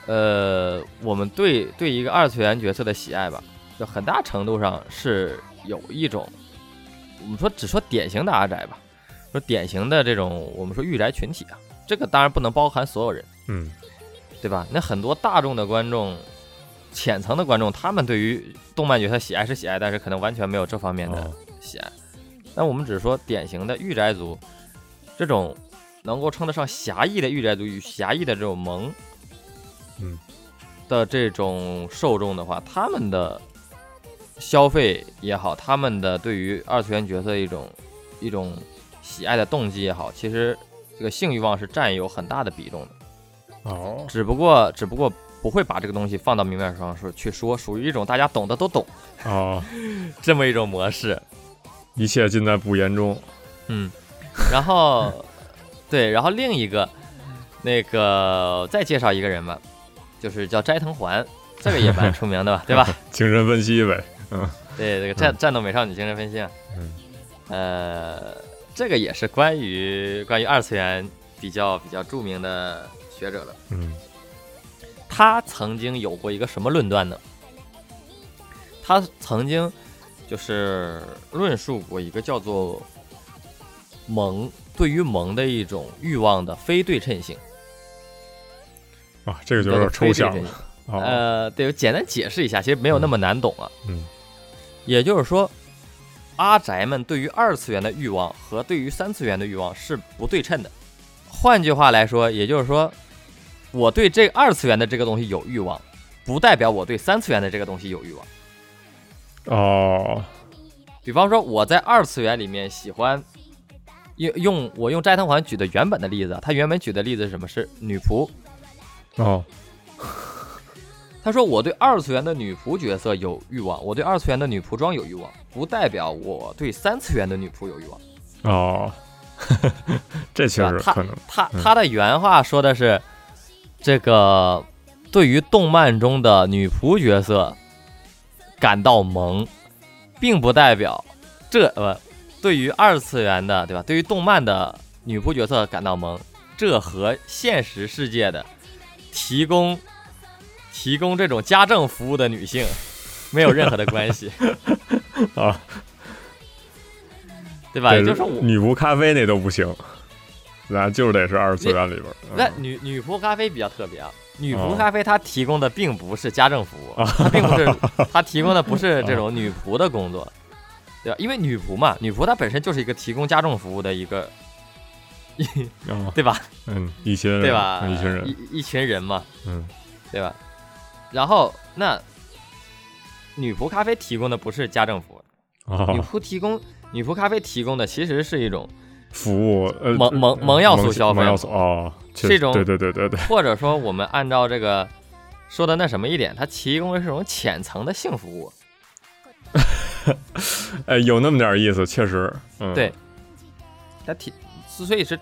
Speaker 2: 呃，我们对对一个二次元角色的喜爱吧，就很大程度上是有一种，我们说只说典型的阿宅吧，说典型的这种我们说御宅群体啊，这个当然不能包含所有人。
Speaker 1: 嗯，
Speaker 2: 对吧？那很多大众的观众、浅层的观众，他们对于动漫角色喜爱是喜爱，但是可能完全没有这方面的
Speaker 1: 哦
Speaker 2: 喜爱。那我们只是说典型的御宅族，这种能够称得上侠义的御宅族与侠义的这种萌，
Speaker 1: 嗯，
Speaker 2: 的这种受众的话，他们的消费也好，他们的对于二次元角色一种一种喜爱的动机也好，其实这个性欲望是占有很大的比重的。
Speaker 1: 哦，
Speaker 2: 只不过只不过不会把这个东西放到明面上说去说，属于一种大家懂的都懂
Speaker 1: 哦，
Speaker 2: 这么一种模式。
Speaker 1: 一切尽在不言中，
Speaker 2: 嗯， *laughs* 然后对，然后另一个那个再介绍一个人吧，就是叫斋藤环，这个也蛮出名的吧，对吧？
Speaker 1: 精神分析呗，
Speaker 2: 对，这个战战斗美少女精神分析啊，
Speaker 1: 嗯，
Speaker 2: 呃，这个也是关于关于二次元比较比较著名的学者了。
Speaker 1: 嗯，
Speaker 2: 他曾经有过一个什么论断呢？他曾经就是论述过一个叫做“萌”对于萌的一种欲望的非对称性，
Speaker 1: 啊，这个就
Speaker 2: 叫
Speaker 1: 有
Speaker 2: 做
Speaker 1: 点
Speaker 2: 非
Speaker 1: 抽
Speaker 2: 对
Speaker 1: 象
Speaker 2: 称性
Speaker 1: 了，。哦，
Speaker 2: 呃，对，我简单解释一下，其实没有那么难懂啊。
Speaker 1: 嗯，
Speaker 2: 也就是说，阿宅们对于二次元的欲望和对于三次元的欲望是不对称的。换句话来说，也就是说，我对这二次元的这个东西有欲望，不代表我对三次元的这个东西有欲望。
Speaker 1: 哦，
Speaker 2: 比方说，我在二次元里面喜欢用用我用斋藤环举的原本的例子啊，他原本举的例子是什么？是女仆。
Speaker 1: 哦，
Speaker 2: 他说我对二次元的女仆角色有欲望，我对二次元的女仆装有欲望，不代表我对三次元的女仆有欲望。
Speaker 1: 哦， *laughs* 这其
Speaker 2: 对吧
Speaker 1: 实
Speaker 2: 他
Speaker 1: 可能，
Speaker 2: 他
Speaker 1: 嗯
Speaker 2: 他的原话说的是，这个对于动漫中的女仆角色，感到萌，并不代表这呃，对于二次元的对吧？对于动漫的女仆角色感到萌，这和现实世界的提供提供这种家政服务的女性没有任何的关系，
Speaker 1: 啊，
Speaker 2: 对吧？也
Speaker 1: 对
Speaker 2: 就是说我
Speaker 1: 女仆咖啡那都不行，咱就得是二次元里边儿。
Speaker 2: 那
Speaker 1: 嗯
Speaker 2: 女女仆咖啡比较特别啊，女
Speaker 1: 哦
Speaker 2: 仆咖啡它提供的并不是家政服务，它并不是
Speaker 1: *laughs*
Speaker 2: 它提供的不是这
Speaker 1: 哦
Speaker 2: 种女仆的工作，对吧？因为女仆嘛，女仆她本身就是一个提供家政服务的一个，
Speaker 1: 啊
Speaker 2: 对吧？
Speaker 1: 嗯，一群人，
Speaker 2: 对吧？
Speaker 1: 嗯一群人，
Speaker 2: 一一群人嘛，
Speaker 1: 嗯，
Speaker 2: 对吧？然后那女仆咖啡提供的不是家政服务，女
Speaker 1: 啊，
Speaker 2: 仆提供女仆咖啡提供的其实是一种，
Speaker 1: 服务呃，
Speaker 2: 蒙蒙蒙要素消费
Speaker 1: 蒙要素哦，确
Speaker 2: 这种
Speaker 1: 对对对对对，
Speaker 2: 或者说我们按照这个说的那什么一点，它提供的是一种浅层的性服务。
Speaker 1: 哎，有那么点意思，确实，嗯，
Speaker 2: 对它提，所以是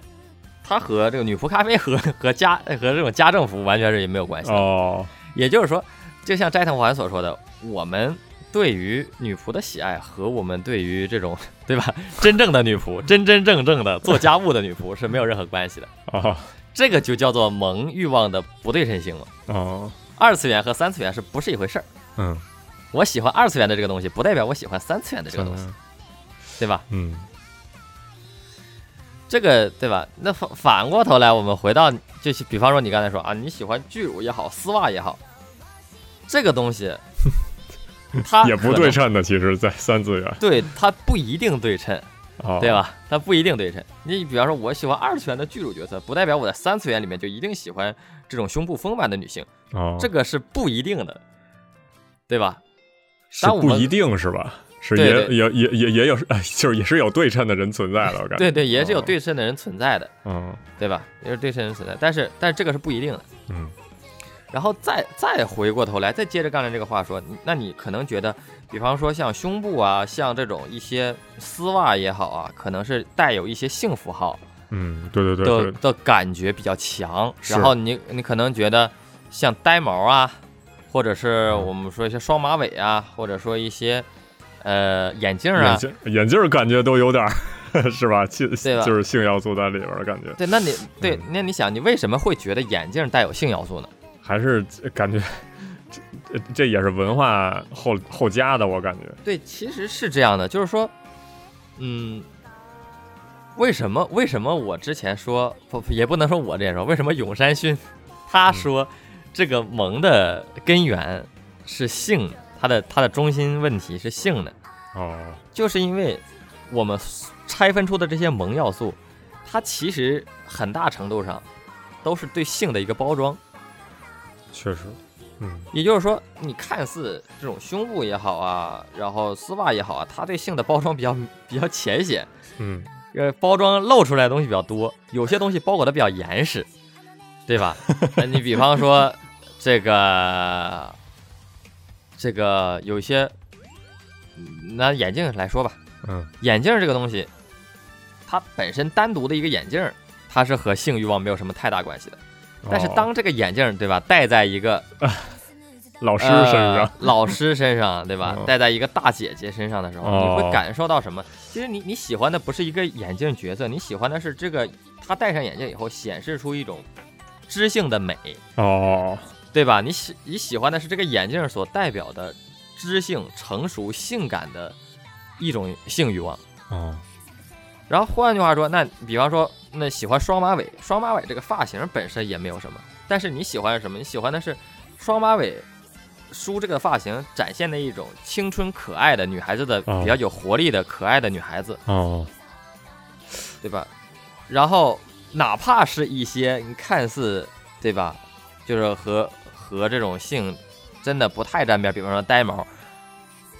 Speaker 2: 它和这个女仆咖啡和和家和这种家政服务完全是也没有关系的。
Speaker 1: 哦，
Speaker 2: 也就是说，就像斋藤环所说的，我们对于女仆的喜爱和我们对于这种对吧真正的女仆、真真正正的做家务的女仆是没有任何关系的。
Speaker 1: 啊
Speaker 2: 这个就叫做萌欲望的不对称性了。
Speaker 1: 哦，
Speaker 2: 二次元和三次元是不是一回事儿？
Speaker 1: 嗯，
Speaker 2: 我喜欢二次元的这个东西，不代表我喜欢三次元的这个东西，对吧？
Speaker 1: 嗯，
Speaker 2: 这个对吧？那反反过头来，我们回到就是，比方说你刚才说啊，你喜欢巨乳也好，丝袜也好，这个东
Speaker 1: *laughs*
Speaker 2: 西，它
Speaker 1: 也不
Speaker 2: 啊可
Speaker 1: 对
Speaker 2: 能，
Speaker 1: 称的，其实，在三次元，
Speaker 2: 对它不一定对称，
Speaker 1: 哦，
Speaker 2: 对？吧？它不一定对称。你比方说，我喜欢二次元的巨乳角色，不代表我在三次元里面就一定喜欢这种胸部丰满的女性，
Speaker 1: 哦，
Speaker 2: 这个是不一定的，对吧？
Speaker 1: 是
Speaker 2: 但我
Speaker 1: 不
Speaker 2: 们
Speaker 1: 一定是吧？是
Speaker 2: 对
Speaker 1: 也
Speaker 2: 对
Speaker 1: 也也也也有，哎就是也是有对称的人存在的，我感觉。
Speaker 2: 对对，也是有
Speaker 1: 哦
Speaker 2: 对称的人存在的，
Speaker 1: 嗯
Speaker 2: 对吧？也是对称的人存在，但是但是这个是不一定的。
Speaker 1: 嗯
Speaker 2: 然后再再回过头来，再接着刚才这个话说，你那你可能觉得，比方说像胸部啊，像这种一些丝袜也好啊，可能是带有一些性符号
Speaker 1: 嗯，对对对
Speaker 2: 的
Speaker 1: 对，
Speaker 2: 的感觉比较强。
Speaker 1: 是
Speaker 2: 然后你你可能觉得像呆毛啊，或者是我们说一些双马尾啊，或者说一些呃眼镜
Speaker 1: 眼
Speaker 2: 啊，
Speaker 1: 镜眼镜儿感觉都有点儿， *laughs* 是吧？性
Speaker 2: 对吧
Speaker 1: 就是性要素在里边儿的感觉，
Speaker 2: 对，那你对，那你想，你为什么会觉得眼镜带有性要素呢？
Speaker 1: 还是感觉这呃这也是文化后后加的，我感觉。
Speaker 2: 对，其实是这样的，就是说，嗯，为什么为什么我之前说不也不能说我之前说，为什么永山勋他说这个萌的根源是性，他的他的中心问题是性呢？
Speaker 1: 哦，
Speaker 2: 就是因为我们拆分出的这些萌要素，它其实很大程度上都是对性的一个包装。
Speaker 1: 确实，嗯
Speaker 2: 也就是说，你看似这种胸部也好啊，然后丝袜也好啊，它对性的包装比较比较浅显，
Speaker 1: 嗯，
Speaker 2: 呃，包装露出来的东西比较多，有些东西包裹的比较严实，对吧？ *laughs* 那你比方说这个这个有一些，嗯拿眼镜来说吧，
Speaker 1: 嗯，
Speaker 2: 眼镜这个东西，它本身单独的一个眼镜，它是和性欲望没有什么太大关系的。但是
Speaker 1: 哦
Speaker 2: 当这个眼镜对吧，戴在一个
Speaker 1: 老师身上
Speaker 2: 呃，老师身上，对吧
Speaker 1: 嗯？
Speaker 2: 戴在一个大姐姐身上的时候，
Speaker 1: 哦
Speaker 2: 你会感受到什么？其实你你喜欢的不是一个眼镜角色，你喜欢的是这个她戴上眼镜以后显示出一种知性的美，
Speaker 1: 哦，
Speaker 2: 对吧？你喜你喜欢的是这个眼镜所代表的知性、成熟、性感的一种性欲望。
Speaker 1: 哦，
Speaker 2: 然后换句话说，那比方说，那喜欢双马尾，双马尾这个发型本身也没有什么，但是你喜欢什么？你喜欢的是双马尾梳这个发型，展现的一种青春可爱的女孩子的
Speaker 1: 哦
Speaker 2: 比较有活力的可爱的女孩子，
Speaker 1: 哦，
Speaker 2: 对吧？然后哪怕是一些你看似对吧，就是和和这种性真的不太沾边，比方说呆毛，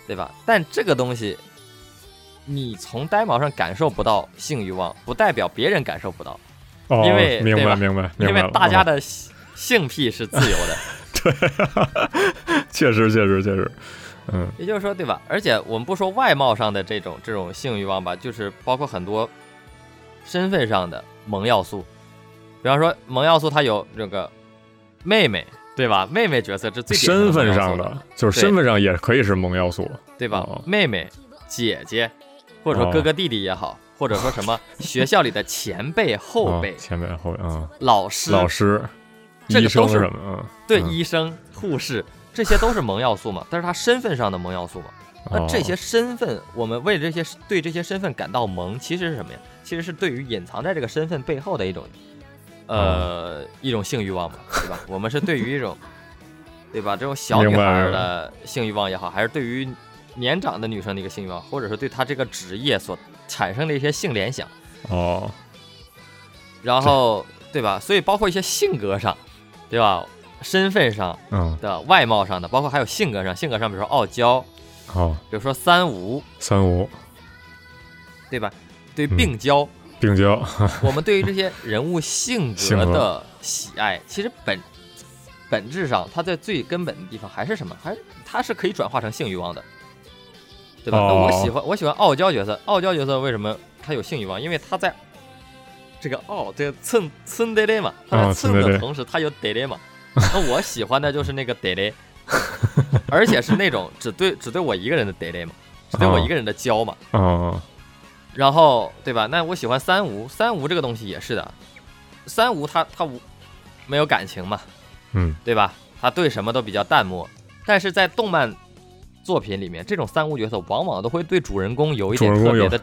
Speaker 2: 对吧？但这个东西，你从呆毛上感受不到性欲望，不代表别人感受不到，
Speaker 1: 哦
Speaker 2: 因为
Speaker 1: 明
Speaker 2: 对
Speaker 1: 白
Speaker 2: 吧
Speaker 1: 明白明白了，
Speaker 2: 因为大家
Speaker 1: 哦
Speaker 2: 的性性癖是自由的，
Speaker 1: 确实确实确实，嗯
Speaker 2: 也就是说，对吧？而且我们不说外貌上的这种这种性欲望吧，就是包括很多身份上的萌要素，比方说萌要素它有这个妹妹，对吧？妹妹角色这最典型
Speaker 1: 身份
Speaker 2: 要素
Speaker 1: 上
Speaker 2: 的
Speaker 1: 的，，就是身份上也可以是萌要素，
Speaker 2: 对吧？
Speaker 1: 哦
Speaker 2: 妹妹、姐姐，或者说哥哥弟弟也好，或者说什么学校里的前辈、后辈、
Speaker 1: 啊前面后啊，
Speaker 2: 老师、
Speaker 1: 老师、
Speaker 2: 这个
Speaker 1: 医生
Speaker 2: 都是
Speaker 1: 什么，嗯
Speaker 2: 对、
Speaker 1: 嗯
Speaker 2: 医生、护士，这些都是萌要素嘛，但是他身份上的萌要素嘛。那
Speaker 1: 哦
Speaker 2: 呃这些身份，我们为这些对这些身份感到萌，其实是什么呀？其实是对于隐藏在这个身份背后的一种，
Speaker 1: 哦
Speaker 2: 呃，一种性欲望
Speaker 1: *laughs*
Speaker 2: 嘛，对吧？我们是对于一种，对吧？这种小女
Speaker 1: 明白
Speaker 2: 孩儿的性欲望也好，还是对于年长的女生的一个性欲望，或者是对她这个职业所产生的一些性联想，
Speaker 1: 哦，
Speaker 2: 然后对吧？所以包括一些性格上，对吧？身份上
Speaker 1: 嗯，
Speaker 2: 的、外貌上的，包括还有性格上，性格上比如说傲娇，
Speaker 1: 好，
Speaker 2: 比如说三无，
Speaker 1: 三无
Speaker 2: 对吧？对
Speaker 1: 嗯
Speaker 2: 病娇，
Speaker 1: 病娇，
Speaker 2: 我们对于这些人物性
Speaker 1: 性
Speaker 2: 格
Speaker 1: 格
Speaker 2: 的喜爱，其实本本质上，它在最根本的地方还是什么？还是它是可以转化成性欲望的，对吧？那我
Speaker 1: 哦
Speaker 2: 喜欢我喜欢傲娇角色，傲娇角色为什么他有性欲望？因为他在这个傲这个蹭蹭得嘞嘛，他在
Speaker 1: 哦
Speaker 2: 蹭
Speaker 1: 蹭得
Speaker 2: 的
Speaker 1: 嘞
Speaker 2: 同时，他有
Speaker 1: *laughs*
Speaker 2: 得嘞嘛。那我喜欢的就是那个得嘞，而且是那种只对只对我一个人的得嘞嘛，只对我一个人的娇嘛。
Speaker 1: 嗯，
Speaker 2: 然后对吧？那我喜欢三无，三无这个东西也是的，三无他他无没有感情嘛，
Speaker 1: 嗯，
Speaker 2: 对吧？他对什么都比较淡漠，但是在动漫作品里面，这种三无角色往往都会对主人公有一点
Speaker 1: 主人
Speaker 2: 特
Speaker 1: 公
Speaker 2: 别
Speaker 1: 有
Speaker 2: 的，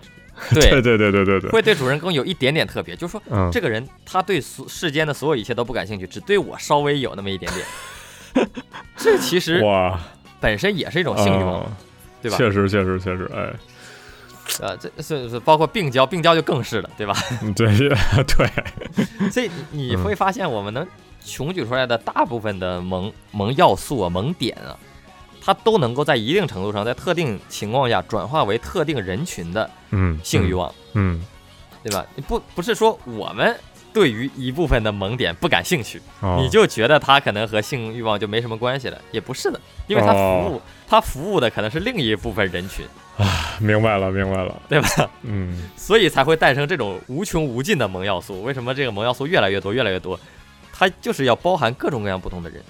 Speaker 1: 对
Speaker 2: 对，
Speaker 1: *laughs* 对对对对对，
Speaker 2: 会对主人公有一点点特别，就是说
Speaker 1: 嗯，
Speaker 2: 这个人他对所世间的所有一切都不感兴趣，只对我稍微有那么一点点。
Speaker 1: *laughs*
Speaker 2: 这其实
Speaker 1: 哇，
Speaker 2: 本身也是一种性欲望，
Speaker 1: 嗯
Speaker 2: 对吧？
Speaker 1: 确实确实确实，哎，
Speaker 2: 呃，这是是包括病娇，病娇就更是了，对吧？
Speaker 1: 嗯对 *laughs* 对，
Speaker 2: 所以你你会发现，我们能穷举出来的大部分的萌萌要素啊、萌点啊，它都能够在一定程度上，在特定情况下转化为特定人群的
Speaker 1: 嗯，
Speaker 2: 性欲望，
Speaker 1: 嗯，
Speaker 2: 对吧？你不不是说我们对于一部分的萌点不感兴趣，
Speaker 1: 嗯，
Speaker 2: 你就觉得它可能和性欲望就没什么关系了，也不是的，因为它服务它服务的可能是另一部分人群，
Speaker 1: 哦明白了明白了，
Speaker 2: *laughs* 对吧？
Speaker 1: 嗯，
Speaker 2: 所以才会诞生这种无穷无尽的萌要素。为什么这个萌要素越来越多，越来越多？它就是要包含各种各样不同的人。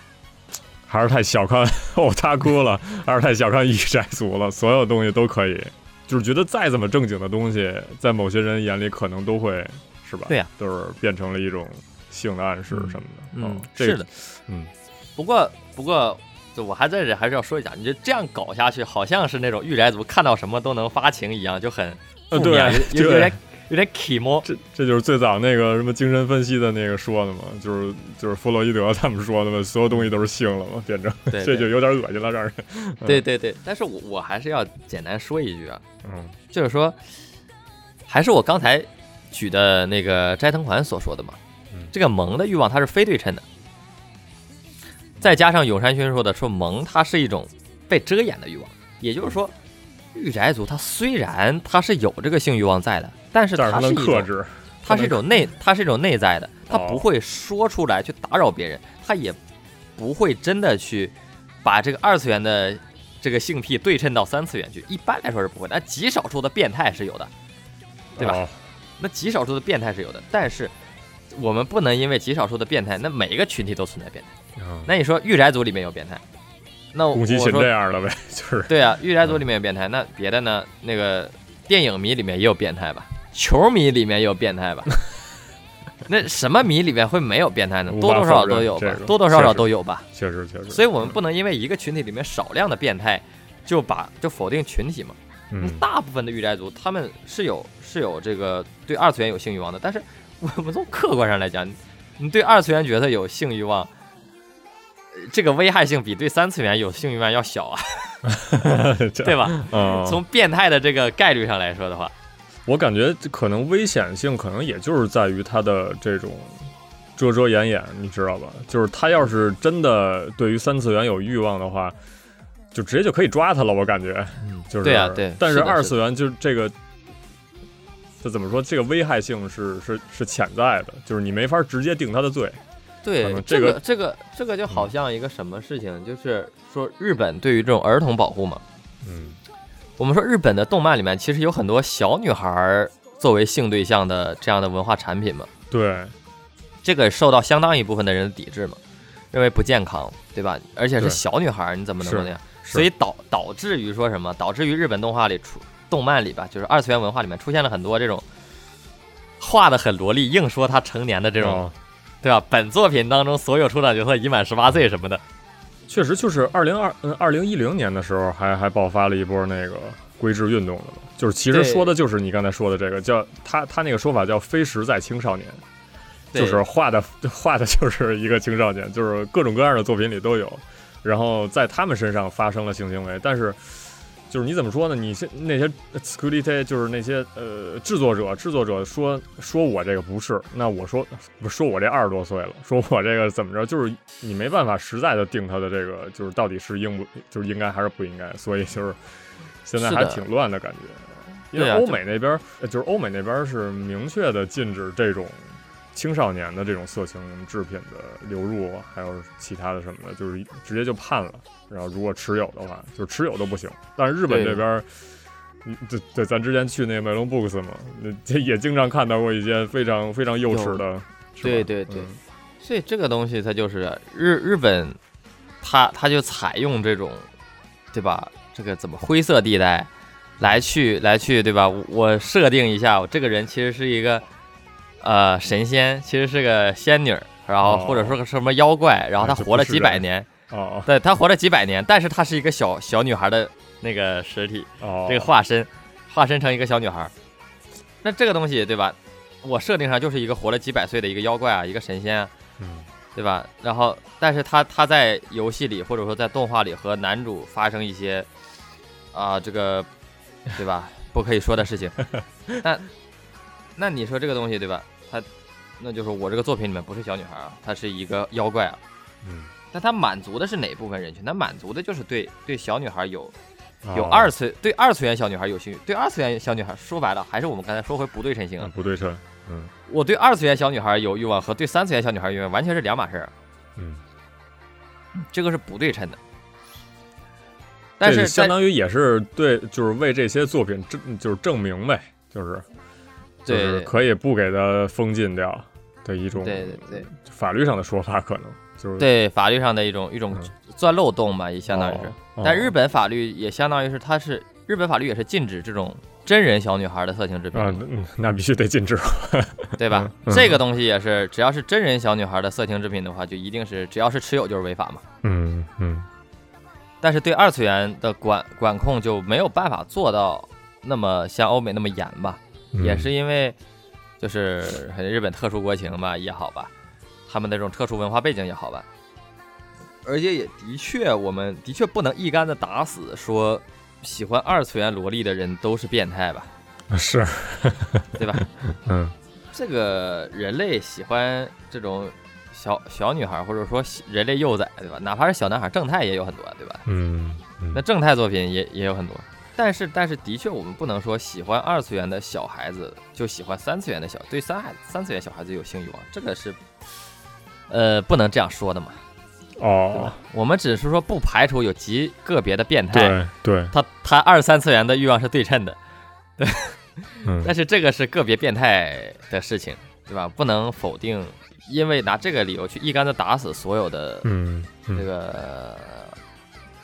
Speaker 1: 还是太小看哦他哭了，还是太小看异宅族了，所有东西都可以，就是觉得再怎么正经的东西，在某些人眼里可能都会是吧？
Speaker 2: 对呀
Speaker 1: 都是变成了一种性的暗示什么的，
Speaker 2: 嗯
Speaker 1: 哦，这
Speaker 2: 是的。，
Speaker 1: 嗯，
Speaker 2: 不过不过，就我还在这还是要说一下，你就这样搞下去，好像是那种御宅族看到什么都能发情一样，就很
Speaker 1: 呃
Speaker 2: 负
Speaker 1: 对
Speaker 2: 面，有有有
Speaker 1: 对啊
Speaker 2: 点有点 emo。
Speaker 1: 这这就是最早那个什么精神分析的那个说的嘛，就是就是弗洛伊德他们说的嘛，所有东西都是性了嘛，变成 *laughs*
Speaker 2: 对
Speaker 1: 这
Speaker 2: 对
Speaker 1: 就嗯有点恶心了，让人
Speaker 2: 对对对，但是我我还是要简单说一句啊，
Speaker 1: 嗯
Speaker 2: 就是说，还是我刚才举的那个斋藤环所说的嘛
Speaker 1: 嗯，
Speaker 2: 这个萌的欲望它是非对称的，再加上永山勋说的说萌它是一种被遮掩的欲望，也就是说，御宅族它虽然它是有这个性欲望在的，但是
Speaker 1: 但是
Speaker 2: 它
Speaker 1: 他
Speaker 2: 是
Speaker 1: 能
Speaker 2: 一
Speaker 1: 克
Speaker 2: 种
Speaker 1: 制，
Speaker 2: 它是一种内，它是一种内在的，它
Speaker 1: 哦
Speaker 2: 不会说出来去打扰别人，它也不会真的去把这个二次元的这个性癖对称到三次元去。一般来说是不会的，那极少数的变态是有的，对吧
Speaker 1: 哦？
Speaker 2: 那极少数的变态是有的，但是我们不能因为极少数的变态，那每一个群体都存在变态。
Speaker 1: 嗯
Speaker 2: 那你说御宅族里面有变态，那我
Speaker 1: 宫崎
Speaker 2: 我
Speaker 1: 勤
Speaker 2: 说
Speaker 1: 这样的呗， *laughs* 就是
Speaker 2: 对啊，御宅族里面有变态，那别的呢？那个电影迷里面也有变态吧？ *laughs* 球迷里面也有变态吧？ *laughs* 那什么迷里面会没有变态呢？
Speaker 1: 无
Speaker 2: 多
Speaker 1: 法
Speaker 2: 多少少
Speaker 1: 否认
Speaker 2: 都有吧
Speaker 1: 这，个
Speaker 2: 多多少
Speaker 1: 确
Speaker 2: 少
Speaker 1: 实
Speaker 2: 都有吧。
Speaker 1: 确实确实，
Speaker 2: 所以我们不能因为一个群体里面少量的变态，就把就否定群体嘛。
Speaker 1: 嗯
Speaker 2: 大部分的御宅族他们是有是有这个对二次元有性欲望的，但是我们从客观上来讲，你你对二次元角色有性欲望，呃这个危害性比对三次元有性欲望要小啊，对吧？
Speaker 1: 嗯，
Speaker 2: 从变态的这个概率上来说的话，
Speaker 1: 我感觉可能危险性可能也就是在于他的这种遮遮掩掩，你知道吧？就是他要是真的对于三次元有欲望的话，就直接就可以抓他了。我感觉，就是
Speaker 2: 对啊对
Speaker 1: 但
Speaker 2: 是的
Speaker 1: 二次元就这个，这怎么说？这个危害性是是是潜在的，就是你没法直接定他的罪。
Speaker 2: 对
Speaker 1: 嗯
Speaker 2: 这
Speaker 1: 这
Speaker 2: 个
Speaker 1: 个嗯
Speaker 2: 这个这个就好像一个什么事情，就是说日本对于这种儿童保护嘛，
Speaker 1: 嗯，
Speaker 2: 我们说日本的动漫里面其实有很多小女孩儿作为性对象的这样的文化产品嘛，
Speaker 1: 对，
Speaker 2: 这个受到相当一部分的人的抵制嘛。认为不健康，对吧？而且是
Speaker 1: 对
Speaker 2: 小女孩儿，你怎么能
Speaker 1: 是
Speaker 2: 够那样？
Speaker 1: 是
Speaker 2: 所以导导致于说什么？导致于日本动画里出动漫里吧，就是二次元文化里面出现了很多这种画的很萝莉，硬说她成年的这种，
Speaker 1: 哦
Speaker 2: 对吧？本作品当中所有出场角色已满十八岁什么的，
Speaker 1: 确实就是二零二嗯二零一零年的时候还还爆发了一波那个规制运动的嘛，就是其实
Speaker 2: 对
Speaker 1: 说的就是你刚才说的这个叫他他那个说法叫非时在青少年，
Speaker 2: 对
Speaker 1: 就是画的 *laughs* 画的就是一个青少年，就是各种各样的作品里都有，然后在他们身上发生了性行为，但是。就是你怎么说呢？你现那些 s c u l i t 就是那些呃制作者，制作者说说我这个不是，那我说不说我这二十多岁了，说我这个怎么着，就是你没办法实在的定他的这个就是到底是应不就是应该还是不应该，所以就是现在
Speaker 2: 是
Speaker 1: 还
Speaker 2: 的
Speaker 1: 挺乱的感觉。因为
Speaker 2: 对啊
Speaker 1: 欧
Speaker 2: 就
Speaker 1: 美那边、呃就是欧美那边是明确的禁止这种青少年的这种色情制品的流入，啊还有其他的什么的，就是直接就判了。然后如果持有的话，就是持有都不行。但是日本这
Speaker 2: 对
Speaker 1: 边儿，嗯对对，咱之前去那个美龙 Books 嘛，那这也经常看到过一些非常非常幼稚的，是吧
Speaker 2: 对对对
Speaker 1: 嗯
Speaker 2: 所以这个东西它就是日日本，它它就采用这种，对吧？这个怎么灰色地带来去来去，对吧？我我设定一下，我这个人其实是一个呃神仙，其实是个仙女儿，然后
Speaker 1: 哦
Speaker 2: 或者说个什么妖怪，然后她
Speaker 1: 哎这
Speaker 2: 活了
Speaker 1: 不是
Speaker 2: 几百
Speaker 1: 人
Speaker 2: 年，
Speaker 1: 哦
Speaker 2: 对，她活了几百年，但是她是一个小小女孩的那个实体，
Speaker 1: 哦，
Speaker 2: 这个化身，化身成一个小女孩儿。那这个东西对吧？我设定上就是一个活了几百岁的一个妖怪啊，一个神仙啊，
Speaker 1: 嗯
Speaker 2: 对吧？然后，但是他他在游戏里或者说在动画里和男主发生一些啊、这个对吧不可以说的事情。那那你说这个东西对吧？他那就是我这个作品里面不是小女孩啊，她是一个妖怪啊。
Speaker 1: 嗯，
Speaker 2: 那他满足的是哪部分人群？他满足的就是对对小女孩有
Speaker 1: 哦
Speaker 2: 有二次对二次元小女孩有兴趣，对二次元小女孩说白了还是我们刚才说回不对称性啊
Speaker 1: 嗯。不对称，嗯
Speaker 2: 我对二次元小女孩有欲望和对三次元小女孩有欲望完全是两码事儿，
Speaker 1: 嗯，
Speaker 2: 这个是不对称的。但
Speaker 1: 这
Speaker 2: 是
Speaker 1: 相
Speaker 2: 在
Speaker 1: 当于也是对，就是为这些作品证就是证明呗，就是就
Speaker 2: 对
Speaker 1: 是可以不给它封禁掉的一种
Speaker 2: 对对对
Speaker 1: 法律上的说法，可能就是
Speaker 2: 对法律上的一种一种
Speaker 1: 嗯
Speaker 2: 钻漏洞吧，也相当于是。
Speaker 1: 哦哦
Speaker 2: 但日本法律也相当于是，它是日本法律也是禁止这种真人小女孩的色情制品，
Speaker 1: 啊，那嗯那必须得禁止，
Speaker 2: 对吧？
Speaker 1: 嗯嗯
Speaker 2: 这个东西也是，只要是真人小女孩的色情制品的话，就一定是只要是持有就是违法嘛。
Speaker 1: 嗯嗯
Speaker 2: 但是对二次元的管管控就没有办法做到那么像欧美那么严吧，
Speaker 1: 嗯
Speaker 2: 也是因为就是日本特殊国情吧也好吧，他们的这种特殊文化背景也好吧，而且也的确，我们的确不能一竿子打死说喜欢二次元萝莉的人都是变态吧，
Speaker 1: 是
Speaker 2: *laughs* 对吧？
Speaker 1: 嗯
Speaker 2: 这个人类喜欢这种小小女孩或者说喜人类幼崽，对吧？哪怕是小男孩，正太也有很多，对吧？
Speaker 1: 嗯嗯
Speaker 2: 那正太作品也也有很多，但是但是的确，我们不能说喜欢二次元的小孩子就喜欢三次元的小，对三孩三次元小孩子有性欲望，这个是，呃，不能这样说的嘛。
Speaker 1: 哦
Speaker 2: 我们只是说不排除有极个别的变态，
Speaker 1: 对对
Speaker 2: 他他二三次元的欲望是对称的，
Speaker 1: 嗯
Speaker 2: 但是这个是个别变态的事情，对吧？不能否定，因为拿这个理由去一竿子打死所有的
Speaker 1: 嗯
Speaker 2: 这
Speaker 1: 嗯，
Speaker 2: 个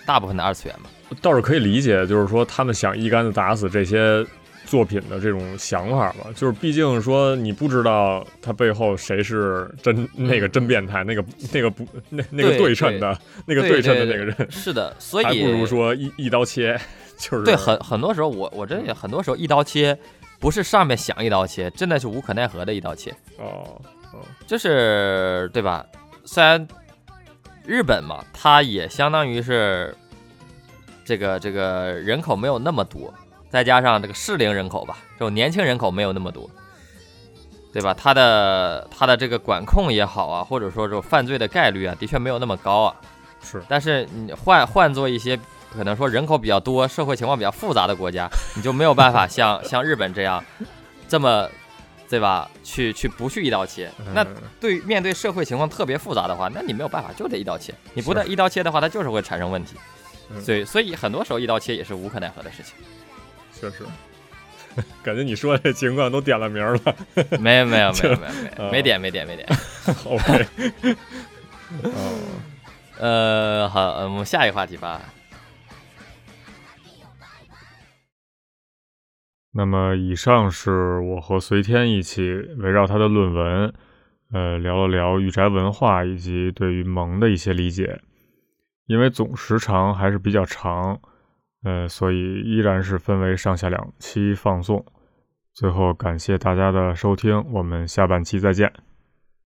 Speaker 2: 大部分的二次元
Speaker 1: *laughs*
Speaker 2: 嘛。
Speaker 1: 倒是可以理解，就是说他们想一竿子打死这些。作品的这种想法吧，就是毕竟说你不知道他背后谁是真那个真变态，那个那个不那那个
Speaker 2: 嗯对
Speaker 1: 对称的那个对称的那个人，
Speaker 2: 是的，所以
Speaker 1: 还不如说一一刀切，就是
Speaker 2: 对，很很多时候我我这也很多时候一刀切，不是上面想一刀切，真的是无可奈何的一刀切，
Speaker 1: 哦哦
Speaker 2: 就是对吧？虽然日本嘛，它也相当于是这个这个人口没有那么多，再加上这个适龄人口吧，这种年轻人口没有那么多，对吧？它的它的这个管控也好啊，或者说这种犯罪的概率啊，的确没有那么高啊。
Speaker 1: 是
Speaker 2: 但是你换换做一些可能说人口比较多、社会情况比较复杂的国家，你就没有办法像像日本这样这么对吧？去去不去一刀切。那
Speaker 1: 嗯
Speaker 2: 对面对社会情况特别复杂的话，那你没有办法，就得一刀切。你不但一刀切的话，它就是会产生问题。
Speaker 1: 嗯
Speaker 2: 所以所以很多时候一刀切也是无可奈何的事情。
Speaker 1: 确实， *laughs* 感觉你说这情况都点了名儿了。
Speaker 2: 没有没有没有没有没
Speaker 1: 啊
Speaker 2: *laughs* 有没点没点没点。
Speaker 1: OK，
Speaker 2: 呃，好，呃我们下一个话题吧。
Speaker 1: 那么，以上是我和隋天一起围绕他的论文，呃，聊了聊御宅文化以及对于萌的一些理解。因为总时长还是比较长，呃，所以依然是分为上下两期放送。最后，感谢大家的收听，我们下半期再见。